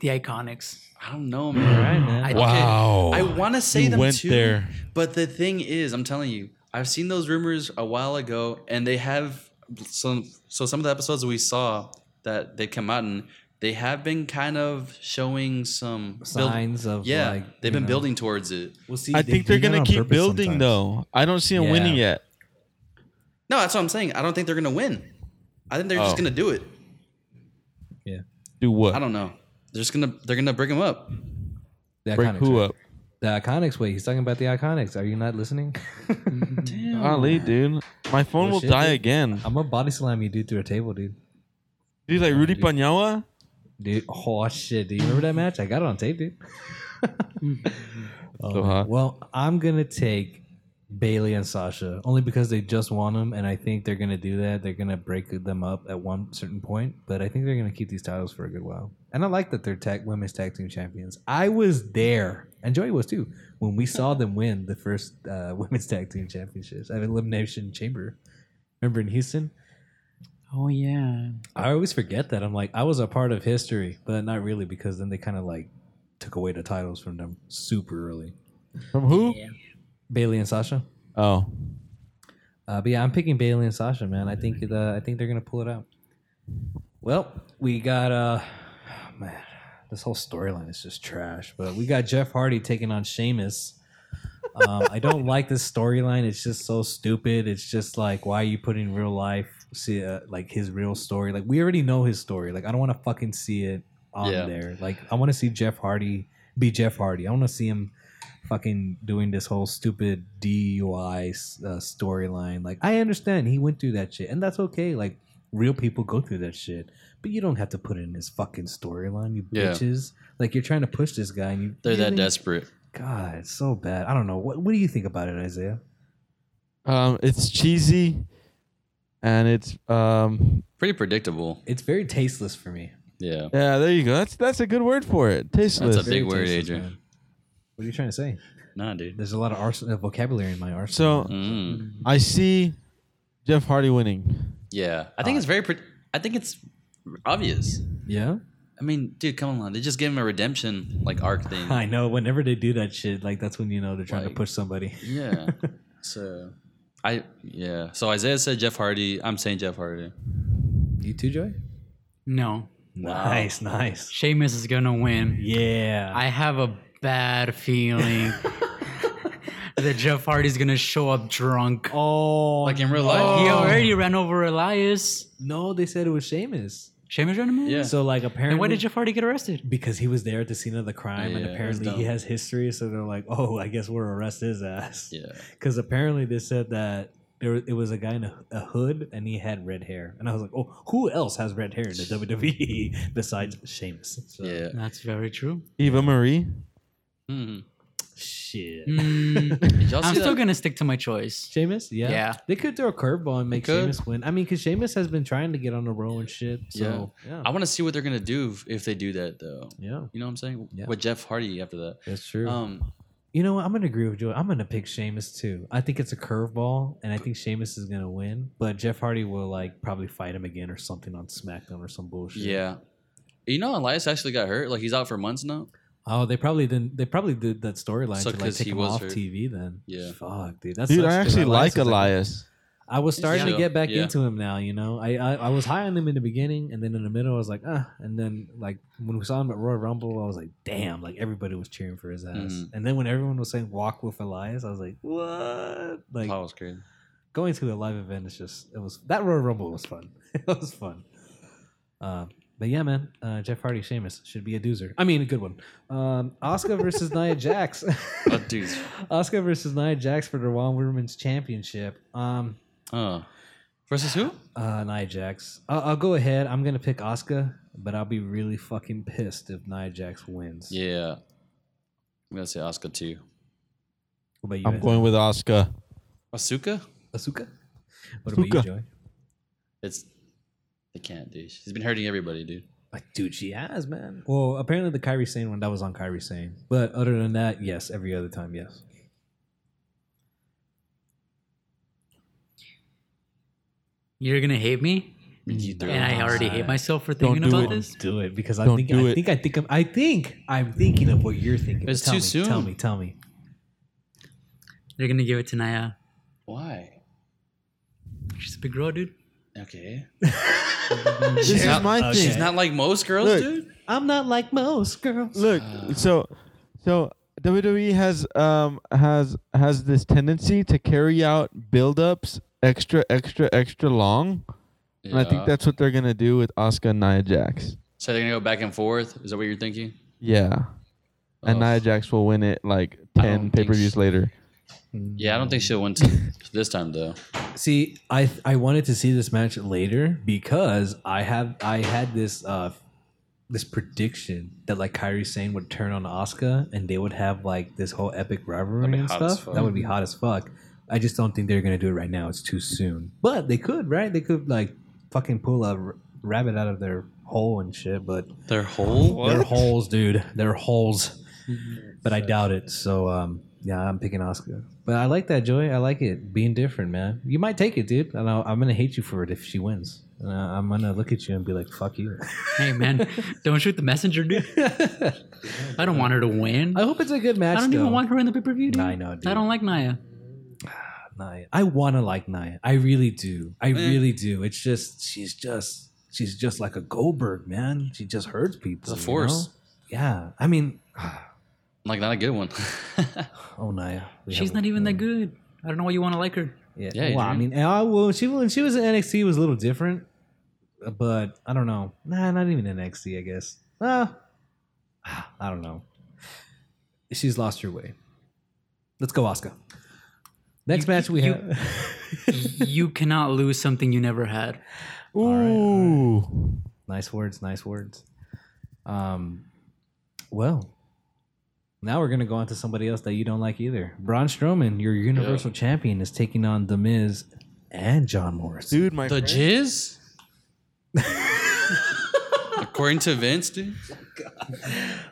[SPEAKER 6] the Iconics.
[SPEAKER 5] I don't know, man.
[SPEAKER 4] All right, man.
[SPEAKER 6] I-
[SPEAKER 7] Wow.
[SPEAKER 5] I want to say
[SPEAKER 7] Oh, You
[SPEAKER 5] them
[SPEAKER 7] went
[SPEAKER 5] too,
[SPEAKER 7] there.
[SPEAKER 5] but the thing is, I'm telling you, I've seen those rumors a while ago, and they have some. So some of the episodes we saw that they come out and they have been kind of showing some build-
[SPEAKER 4] Signs of
[SPEAKER 5] yeah,
[SPEAKER 4] like,
[SPEAKER 5] they've
[SPEAKER 4] you
[SPEAKER 5] been
[SPEAKER 4] know.
[SPEAKER 5] building towards it.
[SPEAKER 4] We'll see.
[SPEAKER 7] I
[SPEAKER 4] They
[SPEAKER 7] think
[SPEAKER 4] do
[SPEAKER 7] they're
[SPEAKER 4] that
[SPEAKER 7] gonna
[SPEAKER 4] on
[SPEAKER 7] keep
[SPEAKER 4] purpose
[SPEAKER 7] building
[SPEAKER 4] sometimes.
[SPEAKER 7] though. I don't see them
[SPEAKER 4] Yeah.
[SPEAKER 7] winning yet.
[SPEAKER 5] No, that's what I'm saying. I don't think they're gonna win. I think they're
[SPEAKER 7] Oh.
[SPEAKER 5] just gonna do it.
[SPEAKER 4] Yeah.
[SPEAKER 7] Do what?
[SPEAKER 5] I don't know. They're just gonna they're gonna break them up.
[SPEAKER 4] The
[SPEAKER 7] Break
[SPEAKER 4] Iconics,
[SPEAKER 7] who
[SPEAKER 4] right?
[SPEAKER 7] up?
[SPEAKER 4] The Iconics way. He's talking about the Iconics. Are you not listening?
[SPEAKER 7] Ali, dude. My phone
[SPEAKER 4] Oh,
[SPEAKER 7] will
[SPEAKER 4] shit,
[SPEAKER 7] die
[SPEAKER 4] dude.
[SPEAKER 7] again.
[SPEAKER 4] I'm gonna body slam you, dude, through a table, dude.
[SPEAKER 7] Dude, like Rudy
[SPEAKER 4] dude.
[SPEAKER 7] Panawa?
[SPEAKER 4] Dude, oh shit! Do you remember that match? I got it on tape, dude. Oh,
[SPEAKER 7] So hot.
[SPEAKER 4] Well, I'm gonna take Bailey and Sasha only because they just won them, and I think they're gonna do that. They're gonna break them up at one certain point, but I think they're gonna keep these titles for a good while. And I like that they're tag women's tag team champions. I was there, and Joey was too, when we saw them win the first uh, women's tag team championships at Elimination Chamber. Remember in Houston?
[SPEAKER 6] Oh yeah.
[SPEAKER 4] I always forget that. I'm like, I was a part of history, but not really because then they kind of like took away the titles from them super early.
[SPEAKER 7] From who?
[SPEAKER 4] Bailey and Sasha.
[SPEAKER 7] Oh.
[SPEAKER 4] Uh, but yeah, I'm picking Bailey and Sasha, man. I think the, I think they're gonna pull it out. Well, we got uh, man, this whole storyline is just trash. But we got Jeff Hardy taking on Sheamus. Um, I don't like this storyline. It's just so stupid. It's just like, why are you putting real life, see, uh, like his real story? Like we already know his story. Like I don't want to fucking see it on
[SPEAKER 5] Yeah.
[SPEAKER 4] there. Like I want to see Jeff Hardy be Jeff Hardy. I want to see him fucking doing this whole stupid DUI uh, storyline. Like, I understand he went through that shit, and that's okay. Like, real people go through that shit, but you don't have to put it in his fucking storyline, you
[SPEAKER 5] Yeah.
[SPEAKER 4] bitches. Like, you're trying to push this guy, and you
[SPEAKER 5] They're that
[SPEAKER 4] really-
[SPEAKER 5] desperate.
[SPEAKER 4] God, it's so bad. I don't know. What What do you think about it, Isaiah?
[SPEAKER 7] Um, it's cheesy and it's um
[SPEAKER 5] Pretty predictable.
[SPEAKER 4] It's very tasteless for me.
[SPEAKER 5] Yeah.
[SPEAKER 7] yeah, there you go. That's that's a good word for it. Tasteless.
[SPEAKER 5] That's a big word,
[SPEAKER 4] tasteless,
[SPEAKER 5] Adrian.
[SPEAKER 4] man. What are you trying to say?
[SPEAKER 5] Nah, dude.
[SPEAKER 4] There's a lot of arse- uh, vocabulary in my arsenal.
[SPEAKER 7] so
[SPEAKER 5] Mm.
[SPEAKER 7] I see Jeff Hardy winning.
[SPEAKER 5] Yeah. I think it's very. Pre- I think it's obvious.
[SPEAKER 4] yeah,
[SPEAKER 5] I mean, dude, come on. They just gave him a redemption like arc thing.
[SPEAKER 4] I know. Whenever they do that shit, like that's when you know they're trying
[SPEAKER 5] Like-
[SPEAKER 4] to push somebody.
[SPEAKER 5] Yeah. so, I yeah. So Isaiah said Jeff Hardy. I'm saying Jeff Hardy.
[SPEAKER 4] You too, Joy.
[SPEAKER 6] No.
[SPEAKER 4] Nice, nice.
[SPEAKER 6] Sheamus is gonna win.
[SPEAKER 4] Yeah.
[SPEAKER 6] I have a bad feeling that Jeff Hardy's gonna show up drunk.
[SPEAKER 4] oh,
[SPEAKER 5] Like in real life.
[SPEAKER 6] He already ran over Elias.
[SPEAKER 4] no, they said it was Seamus.
[SPEAKER 6] Sheamus ran him over?
[SPEAKER 5] Yeah.
[SPEAKER 4] So like apparently,
[SPEAKER 6] Then why did Jeff Hardy get arrested?
[SPEAKER 4] Because he was there at the scene of the crime,
[SPEAKER 5] Yeah,
[SPEAKER 4] and
[SPEAKER 5] that's
[SPEAKER 4] apparently he
[SPEAKER 5] dumb.
[SPEAKER 4] has history. So they're like, oh, I guess we're arrest his ass.
[SPEAKER 5] Yeah.
[SPEAKER 4] Because apparently they said that. There, was- it was a guy in a, a hood and he had red hair. And I was like, oh, who else has red hair in the WWE besides Sheamus? So,
[SPEAKER 5] Yeah.
[SPEAKER 6] That's very true.
[SPEAKER 7] Eva Marie.
[SPEAKER 5] Mhm.
[SPEAKER 4] Shit.
[SPEAKER 6] Mm,
[SPEAKER 5] Did y'all
[SPEAKER 6] I'm
[SPEAKER 5] see
[SPEAKER 6] still
[SPEAKER 5] that?
[SPEAKER 6] gonna stick to my choice.
[SPEAKER 4] Sheamus, yeah.
[SPEAKER 6] Yeah.
[SPEAKER 4] They could throw a curveball and make
[SPEAKER 5] could.
[SPEAKER 4] Sheamus win. I mean, because Sheamus has been trying to get on the roll and shit. So, yeah.
[SPEAKER 5] I want to see what they're gonna do if- if they do that though.
[SPEAKER 4] yeah.
[SPEAKER 5] You know what I'm saying?
[SPEAKER 4] Yeah.
[SPEAKER 5] With Jeff Hardy after that.
[SPEAKER 4] That's true.
[SPEAKER 5] Um,
[SPEAKER 4] You know what? I'm gonna agree with Joey. I'm gonna pick Sheamus too. I think it's a curveball, and I think Sheamus is gonna win. But Jeff Hardy will like probably fight him again or something on SmackDown or some bullshit.
[SPEAKER 5] yeah. You know, Elias actually got hurt. Like he's out for months now.
[SPEAKER 4] Oh, they probably didn't. They probably did that storyline
[SPEAKER 5] So
[SPEAKER 4] to like
[SPEAKER 5] 'cause
[SPEAKER 4] take
[SPEAKER 5] he
[SPEAKER 4] him
[SPEAKER 5] was
[SPEAKER 4] off
[SPEAKER 5] hurt.
[SPEAKER 4] TV. Then.
[SPEAKER 5] Yeah.
[SPEAKER 4] Fuck, dude. That's
[SPEAKER 7] Dude, I actually like Elias.
[SPEAKER 4] I was starting
[SPEAKER 5] Yeah.
[SPEAKER 4] to get back
[SPEAKER 5] Yeah.
[SPEAKER 4] into him now. You know, I, I I was high on him in the beginning, and then in the middle, I was like, ah. And then like when we saw him at Royal Rumble, I was like, damn. Like everybody was cheering for his ass.
[SPEAKER 5] Mhm.
[SPEAKER 4] And then when everyone was saying "Walk with Elias," I was like, what? Like.
[SPEAKER 5] Paul was crazy.
[SPEAKER 4] going to a live event is just it was that Royal Rumble was fun. it was fun. Uh, but yeah, man, uh, Jeff Hardy, Sheamus should be a doozer. I mean, a good one. Um, Oscar versus Nia Jax.
[SPEAKER 5] Oh, dude.
[SPEAKER 4] Oscar versus Nia Jax for the Raw Women's Championship. Um,
[SPEAKER 5] Uh, versus who?
[SPEAKER 4] uh, Nia Jax. I- I'll go ahead. I'm gonna pick Oscar, but I'll be really fucking pissed if Nia Jax wins.
[SPEAKER 5] Yeah. I'm gonna say Asuka too.
[SPEAKER 4] What about you?
[SPEAKER 7] I'm going with Oscar.
[SPEAKER 5] Asuka?
[SPEAKER 4] Asuka. What about you,
[SPEAKER 7] Asuka.
[SPEAKER 4] Joey?
[SPEAKER 5] It's they can't, dude. She's been hurting everybody, dude.
[SPEAKER 4] Like, dude, she has, man. Well, apparently the Kyrie Sane one, that was on Kyrie Sane. But other than that, yes, every other time, yes.
[SPEAKER 6] You're gonna hate me?
[SPEAKER 5] You throw-
[SPEAKER 6] And I already hate myself for thinking
[SPEAKER 7] do
[SPEAKER 6] about
[SPEAKER 7] it.
[SPEAKER 6] this.
[SPEAKER 4] Do it because I
[SPEAKER 7] Don't
[SPEAKER 4] think
[SPEAKER 7] do
[SPEAKER 4] I
[SPEAKER 7] it.
[SPEAKER 4] think I think I'm, I think I'm thinking of what you're thinking. but
[SPEAKER 5] It's
[SPEAKER 4] tell
[SPEAKER 5] too
[SPEAKER 4] me,
[SPEAKER 5] soon.
[SPEAKER 4] Tell me, tell me.
[SPEAKER 6] They're gonna give it to Naya.
[SPEAKER 5] Why?
[SPEAKER 6] She's a big girl, dude.
[SPEAKER 5] Okay.
[SPEAKER 7] This is my
[SPEAKER 4] Okay.
[SPEAKER 7] thing.
[SPEAKER 5] She's not like most girls,
[SPEAKER 7] Look.
[SPEAKER 5] dude.
[SPEAKER 4] I'm not like most girls.
[SPEAKER 7] Look, so so WWE has um has has this tendency to carry out build-ups extra extra extra long, and I
[SPEAKER 5] Yeah.
[SPEAKER 7] think that's what they're gonna do with Oscar and Nia Jax.
[SPEAKER 5] so they're gonna go back and forth. Is that what you're thinking?
[SPEAKER 7] Yeah, and
[SPEAKER 5] Oh.
[SPEAKER 7] Nia Jax will win it like ten
[SPEAKER 1] think
[SPEAKER 7] pay per views
[SPEAKER 1] she-
[SPEAKER 7] later.
[SPEAKER 1] Yeah, I don't think she'll win t- this time though.
[SPEAKER 4] See, I I wanted to see this match later because I have I had this uh this prediction that like Kyrie Sane would turn on Asuka and they would have like this whole epic rivalry
[SPEAKER 1] be
[SPEAKER 4] and
[SPEAKER 1] hot as
[SPEAKER 4] stuff.
[SPEAKER 1] fuck.
[SPEAKER 4] That would be hot as fuck. I just don't think they're gonna do it right now. It's too soon. But they could, right? They could like fucking pull a r- rabbit out of their hole and shit. But
[SPEAKER 5] Their whole
[SPEAKER 4] they're holes, dude. They're holes. But I doubt it. So um, yeah, I'm picking Oscar. But I like that joy. I like it being different, man. You might take it, dude. And I, I'm gonna hate you for it if she wins. And I, I'm gonna look at you and be like, "Fuck you."
[SPEAKER 6] Hey man, don't shoot the messenger, dude. I don't want her to win.
[SPEAKER 4] I hope it's a good match.
[SPEAKER 6] I don't
[SPEAKER 4] though.
[SPEAKER 6] even want her in the pay per view.
[SPEAKER 4] I know, dude.
[SPEAKER 6] I don't like Naya.
[SPEAKER 4] Naya. I want to like Naya. I really do. I really do. It's just she's just she's just like a Goldberg, man. She just hurts people.
[SPEAKER 5] It's a
[SPEAKER 4] you
[SPEAKER 5] force.
[SPEAKER 4] know? Yeah. I mean,
[SPEAKER 1] Like not a good one.
[SPEAKER 4] oh Naya. We
[SPEAKER 6] She's
[SPEAKER 4] have-
[SPEAKER 6] not even that good. I don't know why you want to like her.
[SPEAKER 4] Yeah.
[SPEAKER 1] Yeah,
[SPEAKER 4] well, I
[SPEAKER 1] Adrian.
[SPEAKER 4] mean, and I, well, she when she was in NXT it was a little different, but I don't know. Nah, not even NXT, I guess. Uh, I don't know. She's lost her way. Let's go, Oscar. Next match we have.
[SPEAKER 6] you cannot lose something you never had.
[SPEAKER 7] Ooh,
[SPEAKER 4] nice words, nice words. Um, well, now we're gonna go on to somebody else that you don't like either. Braun Strowman, your Universal Champion, is taking on The Miz and John Morrison.
[SPEAKER 7] dude, my
[SPEAKER 5] The
[SPEAKER 7] friend-
[SPEAKER 5] jizz? According to Vince, dude.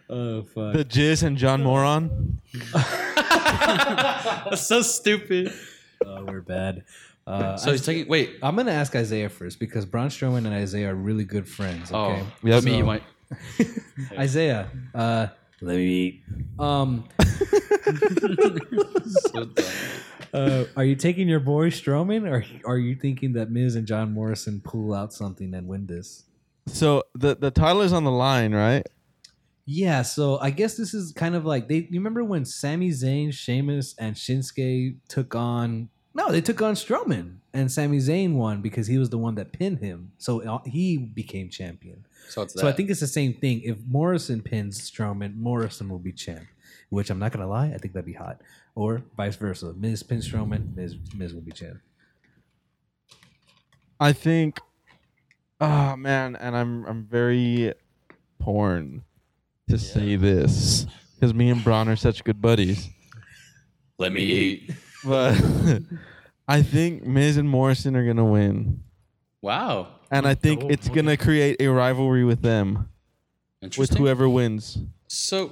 [SPEAKER 4] Oh fuck.
[SPEAKER 7] the jizz and John Moron.
[SPEAKER 5] That's so stupid.
[SPEAKER 4] Oh, we're bad. Uh,
[SPEAKER 5] So he's taking. Wait.
[SPEAKER 4] I'm gonna ask Isaiah first because Braun Strowman and Isaiah are really good friends.
[SPEAKER 5] Oh,
[SPEAKER 4] Okay,
[SPEAKER 5] yeah,
[SPEAKER 7] so-
[SPEAKER 5] me. You might.
[SPEAKER 4] Isaiah. Uh, let me eat. Um,
[SPEAKER 5] so dumb.
[SPEAKER 4] uh, are you taking your boy Strowman, or are you thinking that Miz and John Morrison pull out something and win this?
[SPEAKER 7] So the the title is on the line, right?
[SPEAKER 4] Yeah, so I guess this is kind of like they. You remember when Sami Zayn, Sheamus, and Shinsuke took on? No, they took on Strowman, and Sami Zayn won because he was the one that pinned him, so uh, he became champion.
[SPEAKER 5] So it's that.
[SPEAKER 4] So I think it's the same thing. If Morrison pins Strowman, Morrison will be champ. Which I'm not gonna lie, I think that'd be hot. Or vice versa, Miz pins Strowman, Miz Miz will be champ.
[SPEAKER 7] I think. Oh man, and I'm I'm very torn to say this because me and Braun are such good buddies.
[SPEAKER 5] Let me eat.
[SPEAKER 7] But I think Miz and Morrison are gonna win,
[SPEAKER 1] Wow.
[SPEAKER 7] and I think it's gonna create a rivalry with them, with
[SPEAKER 5] Interesting.
[SPEAKER 7] whoever wins.
[SPEAKER 5] So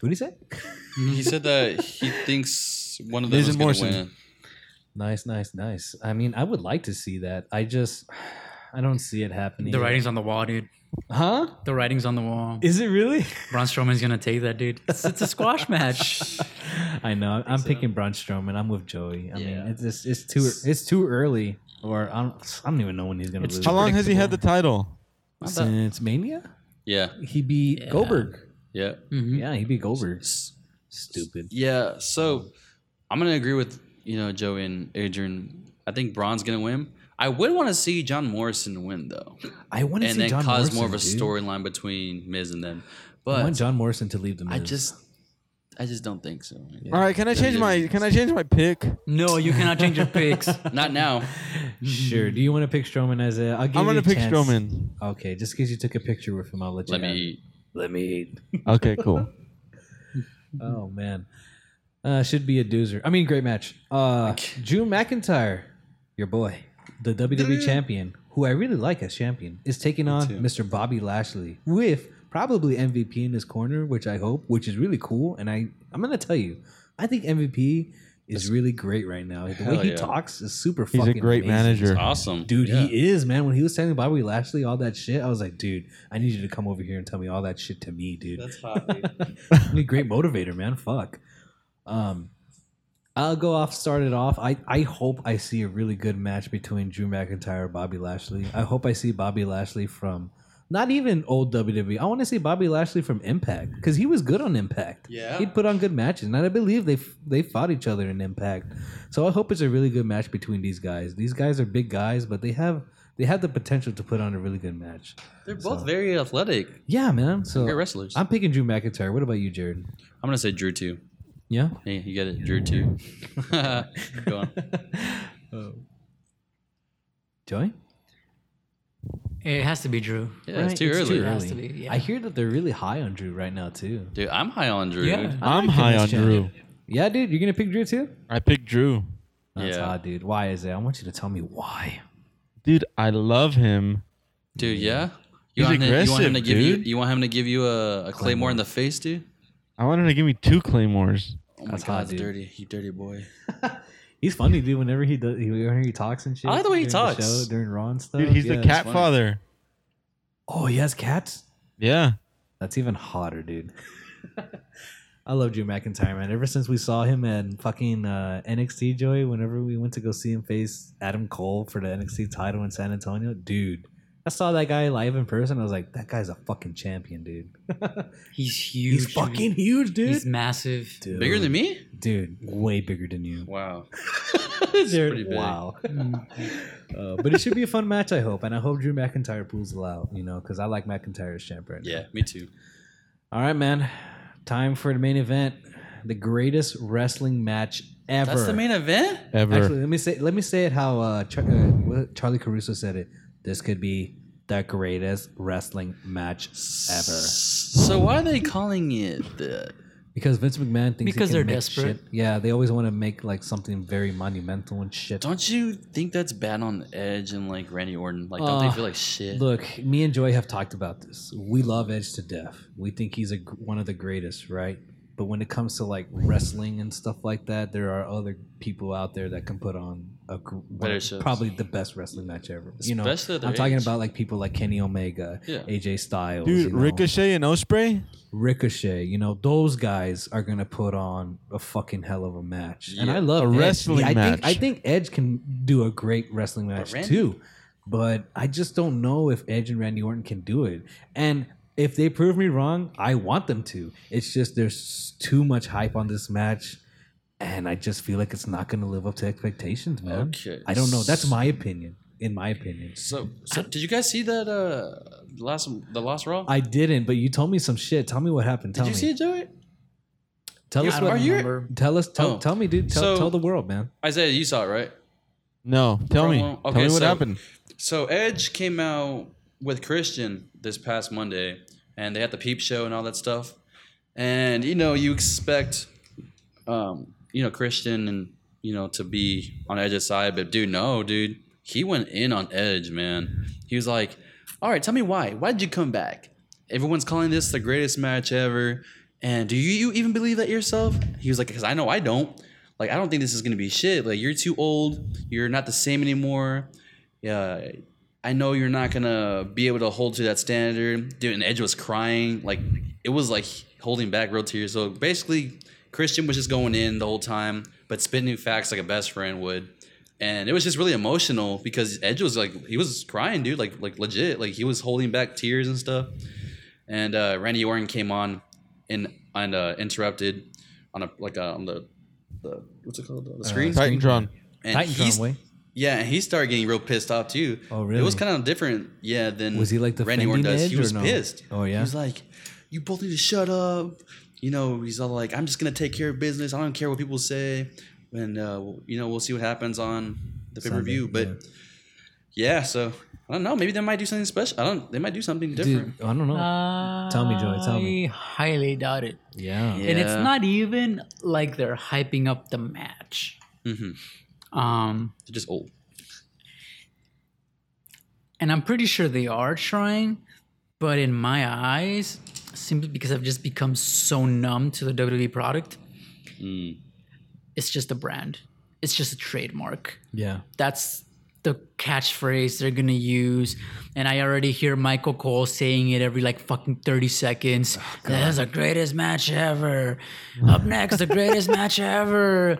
[SPEAKER 4] What do you say?
[SPEAKER 5] he said that he thinks one of them
[SPEAKER 7] Miz
[SPEAKER 5] is
[SPEAKER 7] and
[SPEAKER 5] going to
[SPEAKER 7] Morrison.
[SPEAKER 5] win.
[SPEAKER 4] Nice, nice, nice. I mean, I would like to see that. I just, I don't see it happening.
[SPEAKER 6] The writing's on the wall, dude.
[SPEAKER 4] huh?
[SPEAKER 6] The writing's on the wall.
[SPEAKER 4] Is it really?
[SPEAKER 6] Braun Strowman's gonna take that, dude. It's, it's a squash match.
[SPEAKER 4] I know. I'm picking Braun Strowman. I'm with Joey. I mean, it's just, it's too it's too early, or I don't I don't even know when he's gonna lose.
[SPEAKER 7] How long has he had the title?
[SPEAKER 4] Since Mania,
[SPEAKER 5] Yeah.
[SPEAKER 4] he beat Goldberg.
[SPEAKER 5] Yeah.
[SPEAKER 4] Yeah, he beat Goldberg. Stupid.
[SPEAKER 5] Yeah. So I'm gonna agree with you know Joey and Adrian. I think Braun's gonna win. I would want to see John Morrison win though,
[SPEAKER 4] I want to
[SPEAKER 5] and
[SPEAKER 4] see
[SPEAKER 5] then
[SPEAKER 4] John
[SPEAKER 5] cause
[SPEAKER 4] Morrison,
[SPEAKER 5] more of a
[SPEAKER 4] dude.
[SPEAKER 5] storyline between Miz and them.
[SPEAKER 4] I want
[SPEAKER 5] But
[SPEAKER 4] John Morrison to leave the Miz.
[SPEAKER 5] I just, I just don't think so.
[SPEAKER 7] All right, can I change my can I change my pick?
[SPEAKER 6] No, you cannot change your picks.
[SPEAKER 5] Not now.
[SPEAKER 4] sure. Do you want to pick Strowman as a? I'll give
[SPEAKER 7] I'm
[SPEAKER 4] you
[SPEAKER 7] gonna
[SPEAKER 4] a
[SPEAKER 7] pick
[SPEAKER 4] chance.
[SPEAKER 7] Strowman.
[SPEAKER 4] Okay, just because you took a picture with him, I'll let you.
[SPEAKER 5] Let me
[SPEAKER 4] have it.
[SPEAKER 5] eat.
[SPEAKER 4] Let me. eat.
[SPEAKER 7] Okay, cool.
[SPEAKER 4] Oh man, uh, should be a doozer. I mean, great match. Uh, Drew McIntyre, your boy, the WWE champion, who I really like as champion, is taking on Mr. Bobby Lashley with probably MVP in his corner, which I hope, which is really cool. And I, I'm gonna tell you, I think MVP is really great right now. The way
[SPEAKER 5] Hell
[SPEAKER 4] he
[SPEAKER 5] yeah.
[SPEAKER 4] talks is super.
[SPEAKER 7] He's a
[SPEAKER 4] fucking
[SPEAKER 7] great
[SPEAKER 4] amazing.
[SPEAKER 7] manager.
[SPEAKER 5] Awesome,
[SPEAKER 4] Dude,
[SPEAKER 5] Yeah.
[SPEAKER 4] he is, man. When he was telling Bobby Lashley all that shit, I was like, dude, I need you to come over here and tell me all that shit to me, dude. That's hot, dude. a great motivator, man. Fuck. Um, I'll go off, start it off. I, I hope I see a really good match between Drew McIntyre and Bobby Lashley. I hope I see Bobby Lashley from not even old WWE. I want to see Bobby Lashley from Impact because he was good on Impact.
[SPEAKER 5] Yeah.
[SPEAKER 4] He'd put on good matches. And I believe they they fought each other in Impact. So I hope it's a really good match between these guys. These guys are big guys, but they have. they have the potential to put on a really good match.
[SPEAKER 5] They're both very athletic.
[SPEAKER 4] Yeah, man. So
[SPEAKER 5] Great wrestlers.
[SPEAKER 4] I'm picking Drew McIntyre. What about you, Jared?
[SPEAKER 5] I'm gonna say Drew too.
[SPEAKER 4] Yeah.
[SPEAKER 5] Hey, you got it, Drew too. Go on.
[SPEAKER 4] Joey?
[SPEAKER 6] It has to be Drew.
[SPEAKER 5] Yeah, it's too early.
[SPEAKER 6] early. has to be, yeah.
[SPEAKER 4] I hear that they're really high on Drew right now too.
[SPEAKER 5] Dude, I'm high on Drew.
[SPEAKER 6] Yeah.
[SPEAKER 7] I'm high on
[SPEAKER 4] this challenge.
[SPEAKER 7] Drew.
[SPEAKER 4] Yeah, dude, you're gonna pick Drew too?
[SPEAKER 7] I picked Drew.
[SPEAKER 4] That's
[SPEAKER 5] Yeah.
[SPEAKER 4] odd, dude. Why is that? I want you to tell me why.
[SPEAKER 7] Dude, I love him.
[SPEAKER 5] Dude, yeah.
[SPEAKER 7] He's
[SPEAKER 5] You want, him to, you want him
[SPEAKER 7] aggressive,
[SPEAKER 5] to give you
[SPEAKER 7] dude.
[SPEAKER 5] you want him to give you a, a claymore in the face, dude?
[SPEAKER 7] I want him to give me two claymores.
[SPEAKER 5] Oh my
[SPEAKER 4] That's hot,
[SPEAKER 5] god,
[SPEAKER 4] dude.
[SPEAKER 5] dirty, you dirty boy.
[SPEAKER 4] He's funny, dude. Whenever he does, he- whenever he talks and shit.
[SPEAKER 5] I like the way he
[SPEAKER 4] during
[SPEAKER 5] talks.
[SPEAKER 4] show, during Raw and stuff.
[SPEAKER 7] Dude, he's
[SPEAKER 4] Oh, Yeah,
[SPEAKER 7] the
[SPEAKER 4] it's
[SPEAKER 7] cat
[SPEAKER 4] funny.
[SPEAKER 7] father.
[SPEAKER 4] Oh, he has cats.
[SPEAKER 7] Yeah.
[SPEAKER 4] That's even hotter, dude. I love Drew McIntyre, man. Ever since we saw him at fucking uh, NXT, Joey, whenever we went to go see him face Adam Cole for the NXT title in San Antonio, dude, I saw that guy live in person. I was like, that guy's a fucking champion, dude.
[SPEAKER 6] He's huge.
[SPEAKER 4] he's fucking huge, dude.
[SPEAKER 6] He's massive.
[SPEAKER 4] dude.
[SPEAKER 5] Bigger than me?
[SPEAKER 4] dude. Way bigger than you.
[SPEAKER 5] Wow.
[SPEAKER 4] Dude,
[SPEAKER 5] pretty big. Mm.
[SPEAKER 4] Wow. Uh, but it should be a fun match, I hope, and I hope Drew McIntyre pulls it out, you know, because I like McIntyre as champ right now.
[SPEAKER 5] Yeah, me too.
[SPEAKER 4] All right, man. Time for the main event, the greatest wrestling match ever.
[SPEAKER 5] That's the main event?
[SPEAKER 7] Ever.
[SPEAKER 4] Actually, let me say let me say it how uh, Char- uh, what- Charlie Caruso said it. This could be the greatest wrestling match ever
[SPEAKER 5] So why are they calling it that?
[SPEAKER 4] because Vince McMahon thinks he
[SPEAKER 6] Because
[SPEAKER 4] can
[SPEAKER 6] they're
[SPEAKER 4] make
[SPEAKER 6] desperate.
[SPEAKER 4] shit. Yeah, they always want to make like something very monumental and shit.
[SPEAKER 5] Don't you think that's bad on Edge and like Randy Orton? Like, don't
[SPEAKER 4] Uh,
[SPEAKER 5] they feel like shit?
[SPEAKER 4] Look, me and Joy have talked about this. We love Edge to death. We think he's a, gr- one of the greatest, right? But when it comes to like wrestling and stuff like that, there are other people out there that can put on a gr- one
[SPEAKER 5] Better
[SPEAKER 4] of-
[SPEAKER 5] shows.
[SPEAKER 4] probably the best wrestling match ever. You know,
[SPEAKER 5] Especially at their
[SPEAKER 4] I'm talking
[SPEAKER 5] age.
[SPEAKER 4] about like people like Kenny Omega,
[SPEAKER 5] Yeah.
[SPEAKER 4] AJ Styles,
[SPEAKER 7] Dude,
[SPEAKER 4] you know,
[SPEAKER 7] Ricochet and Osprey?
[SPEAKER 4] Ricochet. You know, those guys are gonna put on a fucking hell of a match, and I
[SPEAKER 5] Yeah.
[SPEAKER 4] love
[SPEAKER 7] A
[SPEAKER 4] Edge.
[SPEAKER 7] wrestling
[SPEAKER 4] Yeah, I
[SPEAKER 7] match.
[SPEAKER 4] Think, I think Edge can do a great wrestling match
[SPEAKER 5] Randy-
[SPEAKER 4] too, but I just don't know if Edge and Randy Orton can do it. And if they prove me wrong, I want them to. It's just there's too much hype on this match. And I just feel like it's not going to live up to expectations, man.
[SPEAKER 5] Okay.
[SPEAKER 4] I don't know. That's my opinion. In my opinion,
[SPEAKER 5] So, so did you guys see that uh last the last Raw?
[SPEAKER 4] I didn't. But you told me some shit. Tell me what happened. Tell
[SPEAKER 5] did you
[SPEAKER 4] me.
[SPEAKER 5] see it, Joey?
[SPEAKER 4] Tell us
[SPEAKER 6] I
[SPEAKER 4] what.
[SPEAKER 6] don't
[SPEAKER 5] Are you-
[SPEAKER 6] remember.
[SPEAKER 4] Tell us, tell,
[SPEAKER 5] Oh.
[SPEAKER 4] tell me, dude. Tell,
[SPEAKER 5] So-
[SPEAKER 4] tell the world, man.
[SPEAKER 5] Isaiah, you saw it, right?
[SPEAKER 7] No. Tell me.
[SPEAKER 5] Promo-
[SPEAKER 7] tell
[SPEAKER 5] okay,
[SPEAKER 7] me what
[SPEAKER 5] so-
[SPEAKER 7] happened.
[SPEAKER 5] So Edge came out with Christian this past Monday, and they had the peep show and all that stuff. And you know, you expect, um, you know, Christian and you know to be on Edge's side, but dude, no, dude, he went in on Edge, man. He was like, "All right, tell me why. Why did you come back? Everyone's calling this the greatest match ever, and do you, you even believe that yourself?" He was like, "Cause I know I don't." Like I don't think this is gonna be shit. Like you're too old. You're not the same anymore yeah, I know you're not gonna be able to hold to that standard. Dude, and Edge was crying. Like it was like holding back real tears. So basically, Christian was just going in the whole time, but spitting facts like a best friend would. And it was just really emotional because Edge was like he was crying, dude, like like legit. Like he was holding back tears and stuff. And uh, Randy Orton came on and and uh, interrupted on a like uh, on the the what's it called the screen.
[SPEAKER 7] Titan Drawn.
[SPEAKER 5] and
[SPEAKER 4] Uh, Titan
[SPEAKER 5] he's-
[SPEAKER 4] Conway.
[SPEAKER 5] yeah, and he started getting real pissed off too.
[SPEAKER 4] Oh,
[SPEAKER 5] It
[SPEAKER 4] really?
[SPEAKER 5] was kind of different, yeah. Than
[SPEAKER 4] Was he, like,
[SPEAKER 5] Randy Orton
[SPEAKER 4] defending
[SPEAKER 5] does?
[SPEAKER 4] Edge
[SPEAKER 5] He
[SPEAKER 4] or
[SPEAKER 5] was
[SPEAKER 4] no?
[SPEAKER 5] pissed.
[SPEAKER 4] Oh, yeah?
[SPEAKER 5] He was like, "You both need to shut up." You know, he's all like, "I'm just gonna take care of business. I don't care what people say." And uh, you know, we'll see what happens on the pay per view.
[SPEAKER 4] Sunday,
[SPEAKER 5] But yeah. so I don't know. Maybe they might do something special. I don't. They might do something different.
[SPEAKER 4] Dude, I don't know. Tell me, Joey, tell me.
[SPEAKER 6] I highly doubt it.
[SPEAKER 4] yeah.
[SPEAKER 6] And it's
[SPEAKER 5] Yeah.
[SPEAKER 6] not even like they're hyping up the match.
[SPEAKER 4] Mm-hmm.
[SPEAKER 5] Mhm.
[SPEAKER 6] Um,
[SPEAKER 5] They're just old.
[SPEAKER 6] and I'm pretty sure they are trying, but in my eyes, simply because I've just become so numb to the WWE product, it's just a brand. It's just a trademark.
[SPEAKER 4] Yeah.
[SPEAKER 6] That's the catchphrase they're gonna use, and I already hear Michael Cole saying it every like fucking thirty seconds.
[SPEAKER 5] Oh,
[SPEAKER 6] this is the greatest match ever. Up next, the greatest match ever.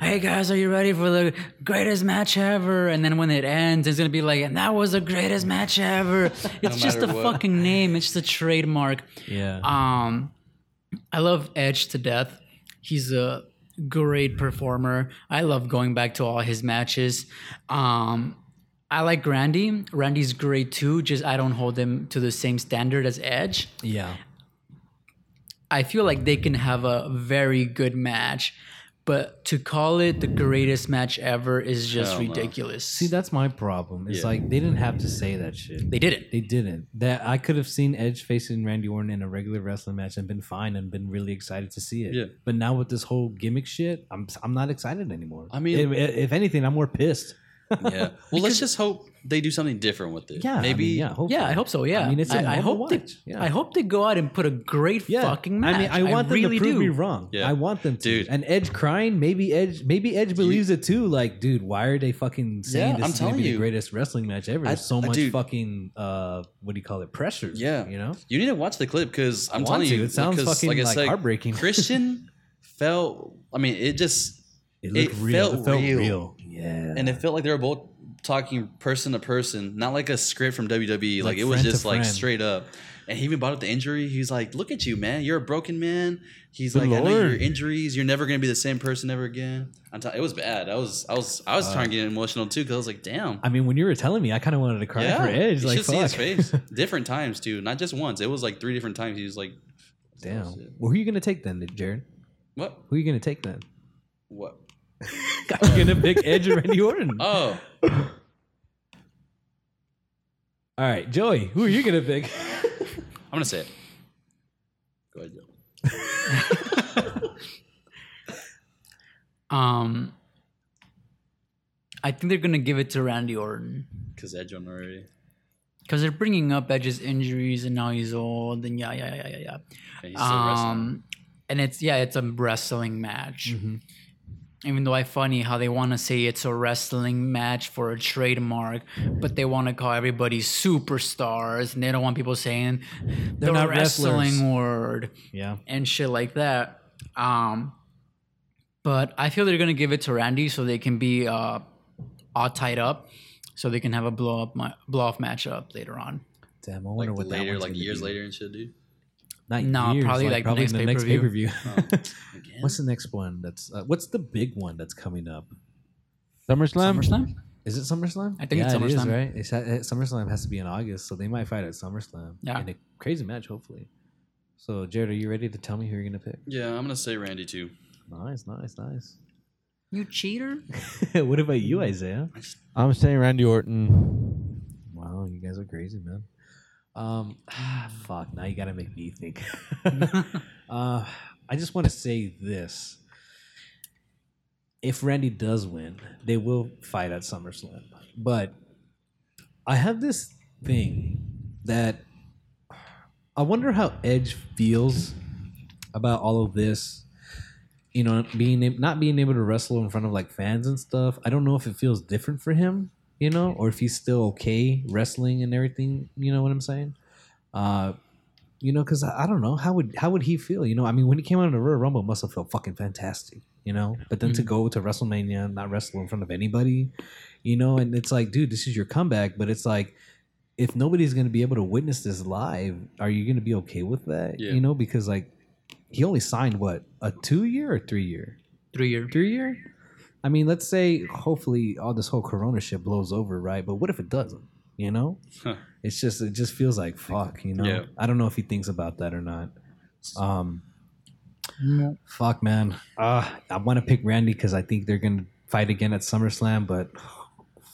[SPEAKER 6] hey guys, are you ready for the greatest match ever? And then when it ends, it's gonna be like, and that was the greatest match ever. It's just a
[SPEAKER 5] matter what.
[SPEAKER 6] fucking name. It's the trademark.
[SPEAKER 4] Yeah.
[SPEAKER 6] Um, I love Edge to death. He's a great performer. I love going back to all his matches. Um, I like Randy. Randy's great too. Just I don't hold them to the same standard as Edge.
[SPEAKER 4] Yeah.
[SPEAKER 6] I feel like they can have a very good match, but to call it the greatest match ever is just
[SPEAKER 5] Hell no.
[SPEAKER 6] ridiculous.
[SPEAKER 4] See, that's my problem. It's
[SPEAKER 5] Yeah.
[SPEAKER 4] like they didn't have to say that shit.
[SPEAKER 6] they didn't.
[SPEAKER 4] They didn't. That I could have seen Edge facing Randy Orton in a regular wrestling match and been fine and been really excited to see it.
[SPEAKER 5] Yeah.
[SPEAKER 4] But now with this whole gimmick shit, I'm I'm not excited anymore.
[SPEAKER 5] I mean-
[SPEAKER 4] if, if anything, I'm more pissed.
[SPEAKER 8] Yeah.
[SPEAKER 5] Well, let's just hope they do something different with it.
[SPEAKER 4] Yeah. I
[SPEAKER 5] Maybe.
[SPEAKER 4] mean, yeah. Hopefully.
[SPEAKER 6] Yeah, I hope so. Yeah,
[SPEAKER 4] I mean, it's
[SPEAKER 6] I,
[SPEAKER 4] a
[SPEAKER 6] I
[SPEAKER 4] hell
[SPEAKER 6] hope
[SPEAKER 4] of a
[SPEAKER 6] they,
[SPEAKER 4] watch, yeah.
[SPEAKER 6] I hope they go out and put a great
[SPEAKER 4] Yeah.
[SPEAKER 6] fucking match.
[SPEAKER 4] I mean, I want them
[SPEAKER 6] really
[SPEAKER 4] to prove
[SPEAKER 6] do.
[SPEAKER 4] me wrong.
[SPEAKER 5] Yeah.
[SPEAKER 4] I want them to.
[SPEAKER 5] Dude.
[SPEAKER 4] And Edge crying, maybe Edge, maybe Edge believes it too. Like, dude, why are they fucking saying
[SPEAKER 5] Yeah,
[SPEAKER 4] this
[SPEAKER 5] I'm
[SPEAKER 4] is gonna
[SPEAKER 5] telling
[SPEAKER 4] be the
[SPEAKER 5] you.
[SPEAKER 4] greatest wrestling match ever?
[SPEAKER 5] I-
[SPEAKER 4] There's so
[SPEAKER 5] I-
[SPEAKER 4] much
[SPEAKER 5] dude.
[SPEAKER 4] fucking uh, what do you call it? Pressure.
[SPEAKER 5] Yeah.
[SPEAKER 4] you know.
[SPEAKER 5] You need to watch the clip because I'm
[SPEAKER 4] want
[SPEAKER 5] telling
[SPEAKER 4] to.
[SPEAKER 5] you,
[SPEAKER 4] It sounds
[SPEAKER 5] because,
[SPEAKER 4] fucking,
[SPEAKER 5] I
[SPEAKER 4] like,
[SPEAKER 5] said,
[SPEAKER 4] heartbreaking.
[SPEAKER 5] Christian felt. I mean, it just
[SPEAKER 4] It
[SPEAKER 5] It
[SPEAKER 4] looked real.
[SPEAKER 5] felt
[SPEAKER 4] it felt real.
[SPEAKER 5] real.
[SPEAKER 4] Yeah.
[SPEAKER 5] and it felt like they were both talking person to person, not like a script from WWE. Like,
[SPEAKER 4] Like
[SPEAKER 5] it was
[SPEAKER 4] friend to
[SPEAKER 5] just like
[SPEAKER 4] friend.
[SPEAKER 5] straight up. And he even brought up the injury. He's like, "Look at you, man! You're a broken man." He's
[SPEAKER 7] Good
[SPEAKER 5] like, "I know your
[SPEAKER 7] lord.
[SPEAKER 5] injuries. You're never gonna be the same person ever again." I'm telling it was bad. I was, I was, I
[SPEAKER 4] Uh,
[SPEAKER 5] was trying to get emotional too because I was like, "Damn."
[SPEAKER 4] I mean, when you were telling me, I kind of wanted to cry
[SPEAKER 5] yeah,
[SPEAKER 4] for Edge.
[SPEAKER 5] you
[SPEAKER 4] Like,
[SPEAKER 5] should see
[SPEAKER 4] fuck.
[SPEAKER 5] his face different times too, not just once. It was like three different times. He was like,
[SPEAKER 4] Damn. Well, who are you gonna take then, Jared?
[SPEAKER 5] "What?
[SPEAKER 4] Who are you gonna take then?
[SPEAKER 5] What?
[SPEAKER 4] You're gonna pick Edge or Randy Orton?
[SPEAKER 5] Oh,
[SPEAKER 4] All right, Joey. Who are you gonna pick?
[SPEAKER 5] I'm gonna say it. Go ahead, Joe.
[SPEAKER 6] Um, I think they're gonna give it to Randy Orton
[SPEAKER 5] Because Edge won already.
[SPEAKER 6] because they're bringing up Edge's injuries and now he's old and yeah, yeah, yeah, yeah, yeah.
[SPEAKER 5] And he's still wrestling.
[SPEAKER 6] Um, and it's yeah, it's a wrestling match.
[SPEAKER 4] Mm-hmm.
[SPEAKER 6] Even though I funny how they want to say it's a wrestling match for a trademark, but they want to call everybody superstars, and they don't want people saying
[SPEAKER 4] They're
[SPEAKER 6] the
[SPEAKER 4] not
[SPEAKER 6] wrestling
[SPEAKER 4] wrestlers.
[SPEAKER 6] word
[SPEAKER 4] Yeah.
[SPEAKER 6] and shit like that. Um, but I feel they're gonna give it to Randy so they can be uh, all tied up, so they can have a blow up my blow off matchup later on.
[SPEAKER 4] Damn. I wonder
[SPEAKER 5] Like
[SPEAKER 4] what that
[SPEAKER 5] later,
[SPEAKER 4] one's
[SPEAKER 5] like
[SPEAKER 4] gonna
[SPEAKER 5] years
[SPEAKER 4] be.
[SPEAKER 5] later and shit, dude.
[SPEAKER 4] Not
[SPEAKER 6] No,
[SPEAKER 4] years,
[SPEAKER 6] probably, like, the
[SPEAKER 4] probably
[SPEAKER 6] next
[SPEAKER 4] in the next pay per
[SPEAKER 6] pay-per-view. Oh,
[SPEAKER 4] view. what's the next one? That's uh, what's the big one that's coming up?
[SPEAKER 7] SummerSlam.
[SPEAKER 6] SummerSlam?
[SPEAKER 4] Is it SummerSlam?
[SPEAKER 6] I think it's
[SPEAKER 4] it is,
[SPEAKER 6] SummerSlam.
[SPEAKER 4] right? It's at, at- SummerSlam has to be in August, so they might fight at SummerSlam.
[SPEAKER 6] Yeah.
[SPEAKER 4] In a crazy match, hopefully. So, Jared, are you ready to tell me who you're gonna pick?
[SPEAKER 5] Yeah, I'm gonna say Randy too.
[SPEAKER 4] Nice, nice, nice.
[SPEAKER 6] You cheater!
[SPEAKER 4] what about you, Isaiah?
[SPEAKER 7] I'm saying Randy Orton.
[SPEAKER 4] Wow, you guys are crazy, man. Um, fuck. Now you gotta make me think. uh, I just want to say this: if Randy does win, they will fight at SummerSlam. But I have this thing that I wonder how Edge feels about all of this. You know, being not being able to wrestle in front of like fans and stuff. I don't know if it feels different for him, you know, or if he's still okay wrestling and everything. You know what I'm saying? Uh, you know, because I, I don't know how would how would he feel? You know, I mean, when he came out in the Royal Rumble, it must have felt fucking fantastic. You know, but then to go to WrestleMania, and not wrestle in front of anybody, you know, and it's like, dude, this is your comeback, but it's like if nobody's going to be able to witness this live, are you going to be okay with that?
[SPEAKER 5] Yeah.
[SPEAKER 4] You know, because like he only signed what a two year or three year,
[SPEAKER 6] Three year.
[SPEAKER 4] three year. I mean, let's say hopefully all this whole Corona shit blows over, right? But what if it doesn't? You know, it's just it just feels like fuck. You know,
[SPEAKER 5] Yeah.
[SPEAKER 4] I don't know if he thinks about that or not. Um, fuck man, uh, I want to pick Randy because I think they're gonna fight again at SummerSlam, but.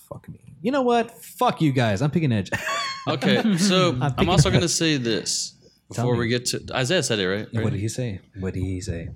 [SPEAKER 4] Fuck me. You know what? Fuck you guys. I'm picking Edge.
[SPEAKER 5] Okay, so I'm,
[SPEAKER 4] thinking
[SPEAKER 5] also gonna say this
[SPEAKER 4] Tell
[SPEAKER 5] before
[SPEAKER 4] me.
[SPEAKER 5] we get to Isaiah said it right.
[SPEAKER 4] What did
[SPEAKER 5] Right?
[SPEAKER 4] he say? What did he say?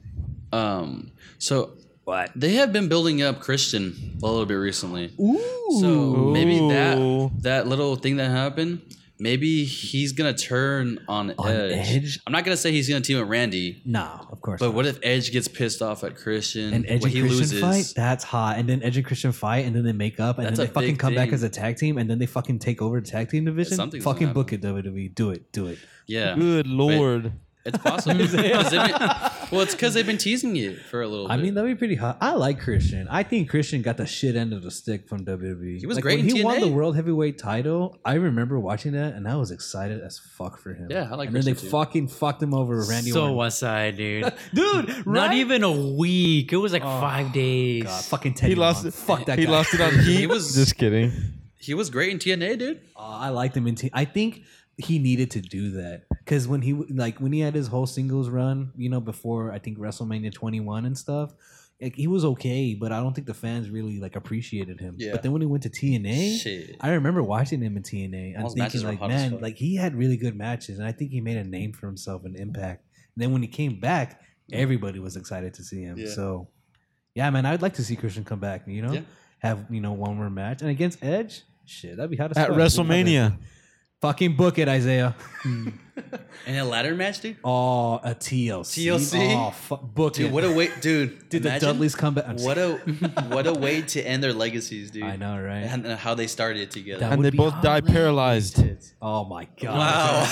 [SPEAKER 5] Um, so
[SPEAKER 4] What?
[SPEAKER 5] they have been building up Christian a little bit recently.
[SPEAKER 4] Ooh.
[SPEAKER 5] So maybe
[SPEAKER 7] Ooh.
[SPEAKER 5] that that little thing that happened, maybe he's gonna turn on,
[SPEAKER 4] On Edge?
[SPEAKER 5] I'm not gonna say he's gonna team with Randy,
[SPEAKER 4] No, of course.
[SPEAKER 5] but
[SPEAKER 4] not.
[SPEAKER 5] what if Edge gets pissed off at Christian
[SPEAKER 4] an Edge and
[SPEAKER 5] when he
[SPEAKER 4] Christian
[SPEAKER 5] loses?
[SPEAKER 4] fight? That's hot. And then Edge and Christian fight, and then they make up, and
[SPEAKER 5] That's
[SPEAKER 4] then
[SPEAKER 5] a
[SPEAKER 4] they fucking
[SPEAKER 5] big
[SPEAKER 4] come back
[SPEAKER 5] thing.
[SPEAKER 4] as a tag team, and then they fucking take over the tag team division.
[SPEAKER 5] something's gonna
[SPEAKER 4] Fucking book it, WWE. Do it. Do it.
[SPEAKER 5] Yeah,
[SPEAKER 7] Good lord.
[SPEAKER 5] it's possible. 'Cause they've been- well, it's because they've been teasing it for a little.
[SPEAKER 4] I
[SPEAKER 5] bit.
[SPEAKER 4] mean, that'd be pretty hot. I like Christian. I think Christian got the shit end of the stick from WWE.
[SPEAKER 5] He was
[SPEAKER 4] Like,
[SPEAKER 5] great
[SPEAKER 4] When
[SPEAKER 5] in
[SPEAKER 4] he won the
[SPEAKER 5] TNA.
[SPEAKER 4] world heavyweight title, I remember watching that, and I was excited as fuck for him.
[SPEAKER 5] Yeah, I like
[SPEAKER 4] And then they
[SPEAKER 5] Christian too.
[SPEAKER 4] fucking fucked him over with Randy
[SPEAKER 6] so
[SPEAKER 4] Orton.
[SPEAKER 6] was I, dude.
[SPEAKER 4] Dude, right?
[SPEAKER 6] Not even a week. It was like five days.
[SPEAKER 4] God, fucking Teddy
[SPEAKER 7] He lost
[SPEAKER 4] Long.
[SPEAKER 7] it.
[SPEAKER 4] Fuck that
[SPEAKER 7] He
[SPEAKER 4] guy.
[SPEAKER 7] lost it on heat.
[SPEAKER 5] was-
[SPEAKER 7] just kidding.
[SPEAKER 5] He was great in TNA, dude.
[SPEAKER 4] Oh, I liked him in. T- I think he needed to do that because when he w- like when he had his whole singles run, you know, before I think WrestleMania 21 and stuff, like he was okay, but I don't think the fans really like appreciated him.
[SPEAKER 5] Yeah.
[SPEAKER 4] But then when he went to TNA,
[SPEAKER 5] Shit.
[SPEAKER 4] Eh? I remember watching him in TNA. I'm
[SPEAKER 5] All his matches
[SPEAKER 4] thinking
[SPEAKER 5] were
[SPEAKER 4] like,
[SPEAKER 5] hot as
[SPEAKER 4] man,
[SPEAKER 5] fuck.
[SPEAKER 4] like he had really good matches, and I think he made a name for himself and impact. And then when he came back, everybody was excited to see him.
[SPEAKER 5] Yeah.
[SPEAKER 4] So, yeah, man, I'd like to see Christian come back. You know,
[SPEAKER 5] Yeah.
[SPEAKER 4] have you know one more match, and against Edge, shit, that'd be hot as
[SPEAKER 7] At
[SPEAKER 4] fuck. We'd love it.
[SPEAKER 7] WrestleMania.
[SPEAKER 4] Fucking book it, Isaiah.
[SPEAKER 5] And a ladder match, dude.
[SPEAKER 4] Oh, a TLC.
[SPEAKER 5] TLC?
[SPEAKER 4] Oh, fu- book
[SPEAKER 5] Dude,
[SPEAKER 4] it.
[SPEAKER 5] what a way, dude.
[SPEAKER 4] Did the
[SPEAKER 5] imagine
[SPEAKER 4] Dudleys come back? I'm just-
[SPEAKER 5] What a what a way to end their legacies, dude.
[SPEAKER 4] I know, right?
[SPEAKER 5] And and how they started it together.
[SPEAKER 4] That
[SPEAKER 7] And
[SPEAKER 4] would
[SPEAKER 7] they
[SPEAKER 4] be
[SPEAKER 7] both die
[SPEAKER 4] hot, man.
[SPEAKER 7] paralyzed.
[SPEAKER 4] Oh my god!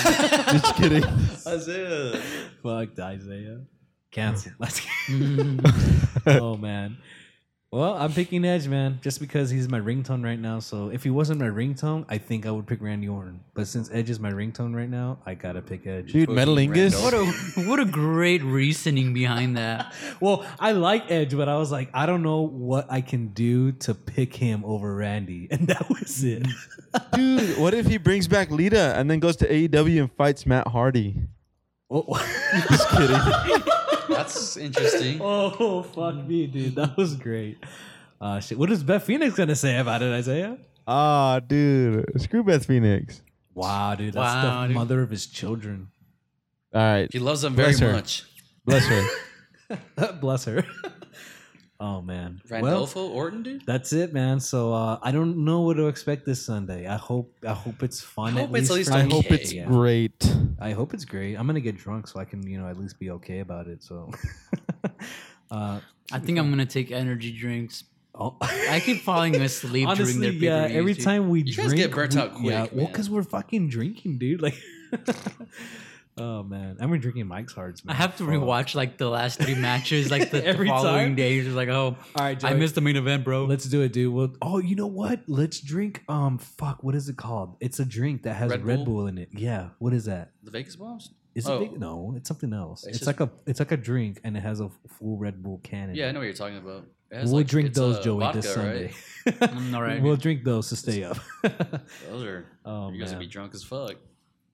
[SPEAKER 7] Just kidding.
[SPEAKER 5] Isaiah.
[SPEAKER 4] Fucked Isaiah. Cancel. Let's.
[SPEAKER 6] Mm.
[SPEAKER 4] oh man. Well, I'm picking Edge, man, just because he's my ringtone right now. So if he wasn't my ringtone, I think I would pick Randy Orton. But since Edge is my ringtone right now, I gotta pick Edge.
[SPEAKER 7] Dude,
[SPEAKER 6] What
[SPEAKER 7] Metalingus.
[SPEAKER 6] a what a great reasoning behind that.
[SPEAKER 4] Well, I like Edge, but I was like, I don't know what I can do to pick him over Randy, and that was it.
[SPEAKER 7] Dude, what if he brings back Lita and then goes to AEW and fights Matt Hardy?
[SPEAKER 6] Mm.
[SPEAKER 4] oh.
[SPEAKER 7] Just kidding.
[SPEAKER 5] That's interesting.
[SPEAKER 4] Oh fuck me, dude. That was great. Uh, shit. What is Beth Phoenix gonna say about it, Isaiah?
[SPEAKER 7] Ah, dude. Screw Beth Phoenix.
[SPEAKER 4] Wow, dude. That's
[SPEAKER 6] Wow,
[SPEAKER 4] the
[SPEAKER 6] dude.
[SPEAKER 4] mother of his children.
[SPEAKER 7] All right.
[SPEAKER 5] He loves them very
[SPEAKER 7] Bless her.
[SPEAKER 5] much.
[SPEAKER 7] Bless her.
[SPEAKER 4] Bless her. oh man. Well,
[SPEAKER 5] Randolfo Orton, dude.
[SPEAKER 4] that's it, man. So uh, I don't know what to expect this Sunday. I hope I hope it's fun.
[SPEAKER 5] I
[SPEAKER 4] at
[SPEAKER 5] hope it's
[SPEAKER 4] least for
[SPEAKER 5] at least
[SPEAKER 7] I
[SPEAKER 5] okay.
[SPEAKER 4] me.
[SPEAKER 7] hope it's
[SPEAKER 4] Yeah.
[SPEAKER 7] great.
[SPEAKER 4] I hope it's great. I'm gonna get drunk so I can you know at least be okay about it. So. uh,
[SPEAKER 6] I think I'm gonna take energy drinks.
[SPEAKER 4] oh.
[SPEAKER 6] I keep falling asleep during
[SPEAKER 4] Honestly,
[SPEAKER 6] their
[SPEAKER 4] yeah.
[SPEAKER 6] pay-per-views,
[SPEAKER 4] Every
[SPEAKER 6] dude.
[SPEAKER 4] time we
[SPEAKER 5] You
[SPEAKER 4] drink,
[SPEAKER 5] guys get burnt
[SPEAKER 4] we-
[SPEAKER 5] out quick,
[SPEAKER 4] Yeah, well,
[SPEAKER 5] man.
[SPEAKER 4] because we're fucking drinking, dude. Like, oh man, I've been drinking Mike's Hards.
[SPEAKER 6] I
[SPEAKER 4] Man.
[SPEAKER 6] have to
[SPEAKER 4] Fuck.
[SPEAKER 6] rewatch like the last three matches, like the
[SPEAKER 4] Every
[SPEAKER 6] following
[SPEAKER 4] time?
[SPEAKER 6] days. It's like, oh,
[SPEAKER 4] All right,
[SPEAKER 6] I
[SPEAKER 4] Joey.
[SPEAKER 6] missed the main event, bro.
[SPEAKER 4] Let's do it, dude. Well, oh, you know what? Let's drink. Um, fuck, what is it called? It's a drink that has Red,
[SPEAKER 5] Red
[SPEAKER 4] Bull?
[SPEAKER 5] Bull?
[SPEAKER 4] in it. Yeah, what is that?
[SPEAKER 5] The Vegas bombs?
[SPEAKER 4] Is
[SPEAKER 5] Oh.
[SPEAKER 4] it big? No, it's something else. It's,
[SPEAKER 5] It's just-
[SPEAKER 4] like a it's like a drink and it has a full Red Bull can. in
[SPEAKER 5] Yeah, I
[SPEAKER 4] it.
[SPEAKER 5] know what you're talking about. It has,
[SPEAKER 4] We'll
[SPEAKER 5] like,
[SPEAKER 4] drink
[SPEAKER 5] it's,
[SPEAKER 4] those,
[SPEAKER 5] uh,
[SPEAKER 4] Joey,
[SPEAKER 5] vodka,
[SPEAKER 4] this Sunday.
[SPEAKER 5] Right?
[SPEAKER 6] Mm, all right.
[SPEAKER 4] We'll drink those to stay up.
[SPEAKER 5] Those are
[SPEAKER 4] Oh,
[SPEAKER 5] you guys
[SPEAKER 4] man.
[SPEAKER 5] will be drunk as fuck.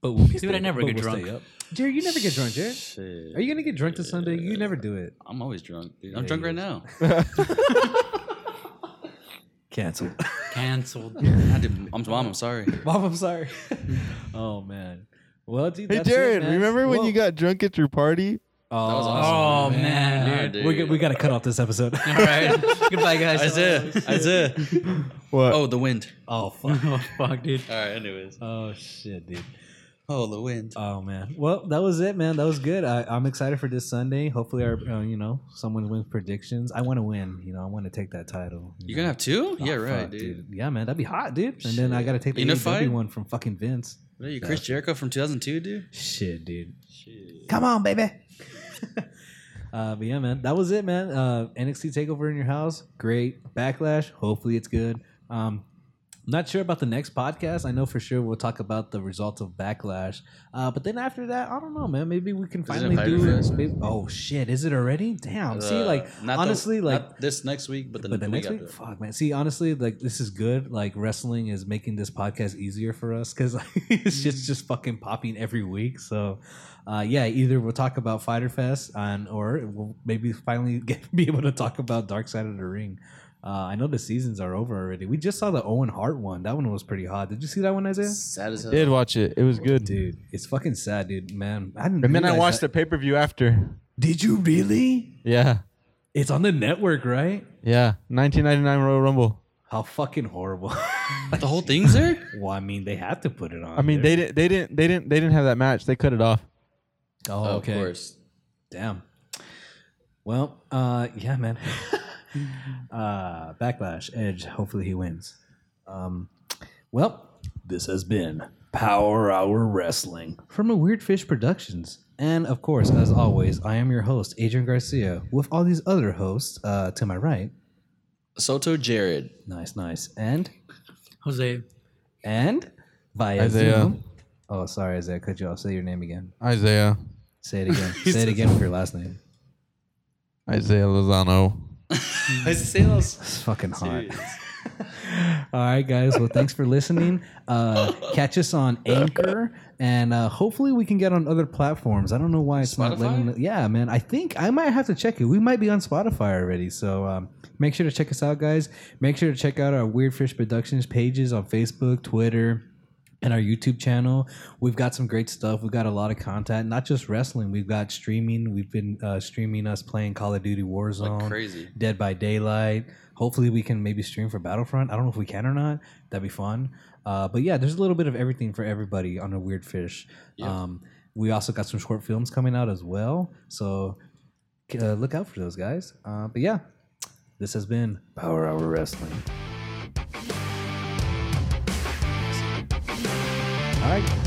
[SPEAKER 4] But we'll be
[SPEAKER 6] Dude, I never
[SPEAKER 4] but
[SPEAKER 6] get
[SPEAKER 4] we'll
[SPEAKER 6] drunk.
[SPEAKER 4] stay up. Jared, you never get drunk, Jared. Are you gonna get drunk this Sunday? You never do it.
[SPEAKER 5] I'm always drunk, dude. I'm
[SPEAKER 4] Yeah,
[SPEAKER 5] drunk
[SPEAKER 4] he
[SPEAKER 5] right
[SPEAKER 4] is.
[SPEAKER 5] now.
[SPEAKER 4] Cancel.
[SPEAKER 6] Canceled. Oh,
[SPEAKER 5] I did- I'm mom. I'm sorry.
[SPEAKER 4] Mom, I'm sorry. oh man. Well, dude.
[SPEAKER 7] Hey,
[SPEAKER 4] that's it,
[SPEAKER 7] Jared,
[SPEAKER 4] man.
[SPEAKER 7] remember when
[SPEAKER 4] Well-
[SPEAKER 7] you got drunk at your party?
[SPEAKER 4] Oh,
[SPEAKER 5] That was
[SPEAKER 6] Oh,
[SPEAKER 5] awesome.
[SPEAKER 6] man,
[SPEAKER 5] God,
[SPEAKER 4] we got, we got to cut off this episode.
[SPEAKER 6] All right. Goodbye, guys.
[SPEAKER 5] Isaiah. Isaiah.
[SPEAKER 7] What?
[SPEAKER 5] Oh, the wind.
[SPEAKER 4] oh fuck.
[SPEAKER 6] oh, fuck, dude.
[SPEAKER 5] All right. Anyways.
[SPEAKER 4] Oh shit, dude.
[SPEAKER 5] Oh, the wind.
[SPEAKER 4] Oh man. Well, that was it, man. That was good. I, I'm excited for this Sunday. Hopefully, our uh, you know someone wins predictions. I want to win. You know, I want to take that title.
[SPEAKER 5] You're gonna have two?
[SPEAKER 4] Oh,
[SPEAKER 5] yeah, right,
[SPEAKER 4] fuck,
[SPEAKER 5] dude.
[SPEAKER 4] Yeah, man, that'd be hot, dude. And then I gotta take the
[SPEAKER 5] Unified?
[SPEAKER 4] AEW one from fucking Vince.
[SPEAKER 5] What are you, Chris Jericho from 2002, dude?
[SPEAKER 4] Shit, dude. Come on, baby. uh, but yeah, man, that was it, man. Uh, NXT Takeover in your house, great. Backlash, hopefully it's good. Um, I'm not sure about the next podcast. I know for sure we'll talk about the results of Backlash. Uh, but then after that, I don't know, man. Maybe we can finally
[SPEAKER 5] Fighter
[SPEAKER 4] do
[SPEAKER 5] Fest?
[SPEAKER 4] maybe- oh shit, is it already? Damn. See,
[SPEAKER 5] Uh,
[SPEAKER 4] like
[SPEAKER 5] not the-
[SPEAKER 4] honestly, like
[SPEAKER 5] not this next week, but the,
[SPEAKER 4] but the
[SPEAKER 5] week
[SPEAKER 4] next week,
[SPEAKER 5] after.
[SPEAKER 4] fuck, man. See, honestly, like this is good. Like wrestling is making this podcast easier for us because it's just just fucking popping every week. So, uh, yeah, either we'll talk about Fighter Fest and or we'll maybe finally get, be able to talk about Dark Side of the Ring. Uh, I know the seasons are over already. We just saw the Owen Hart one. That one was pretty hot. Did you see that one, Isaiah?
[SPEAKER 5] Sad as hell.
[SPEAKER 7] Did watch it. It was good.
[SPEAKER 4] Dude, it's fucking sad, dude. Man, I didn't
[SPEAKER 7] And then I
[SPEAKER 4] realize
[SPEAKER 7] watched
[SPEAKER 4] that.
[SPEAKER 7] the pay per view after.
[SPEAKER 4] Did you really?
[SPEAKER 7] Yeah.
[SPEAKER 4] It's on the network, right?
[SPEAKER 7] Yeah. 1999 Royal Rumble.
[SPEAKER 4] How fucking horrible.
[SPEAKER 5] The whole thing's there?
[SPEAKER 4] well, I mean, they had to put it on.
[SPEAKER 7] I mean,
[SPEAKER 4] there.
[SPEAKER 7] they didn't. They didn't. They didn't. They didn't have that match. They cut it off.
[SPEAKER 4] Oh,
[SPEAKER 5] Oh,
[SPEAKER 4] okay.
[SPEAKER 5] Of course.
[SPEAKER 4] Damn. Well, uh, yeah, man. uh, backlash, Edge. Hopefully he wins. Um, well, this has been Power Hour Wrestling from a Weird Fish Productions. And of course, as always, I am your host, Adrian Garcia, with all these other hosts uh, to my right.
[SPEAKER 5] Soto Jared.
[SPEAKER 4] Nice, nice. And
[SPEAKER 6] Jose.
[SPEAKER 4] and via
[SPEAKER 7] Isaiah.
[SPEAKER 4] Zoom. Oh, sorry, Isaiah. Cut you off. Say your name again.
[SPEAKER 7] Isaiah.
[SPEAKER 4] Say it again. Say it again with your last name.
[SPEAKER 7] Isaiah Lozano.
[SPEAKER 5] Isaiah
[SPEAKER 4] It's fucking hot. All right, guys. Well, thanks for listening. Uh, catch us on Anchor, and uh, hopefully we can get on other platforms. I don't know why it's not letting. me- Yeah, man. I think I might have to check it. We might be on Spotify already. So um, make sure to check us out, guys. Make sure to check out our Weird Fish Productions pages on Facebook, Twitter, and our YouTube channel. We've got some great stuff. We've got a lot of content, not just wrestling. We've got streaming. We've been uh, streaming us playing Call of Duty Warzone,
[SPEAKER 1] crazy.
[SPEAKER 4] Dead by Daylight. Hopefully, we can maybe stream for Battlefront. I don't know if we can or not. That'd be fun. Uh, but yeah, there's a little bit of everything for everybody on a Weird Fish. Um, we also got some short films coming out as well. So uh, look out for those guys. Uh, but yeah, this has been Power Hour Wrestling. All right.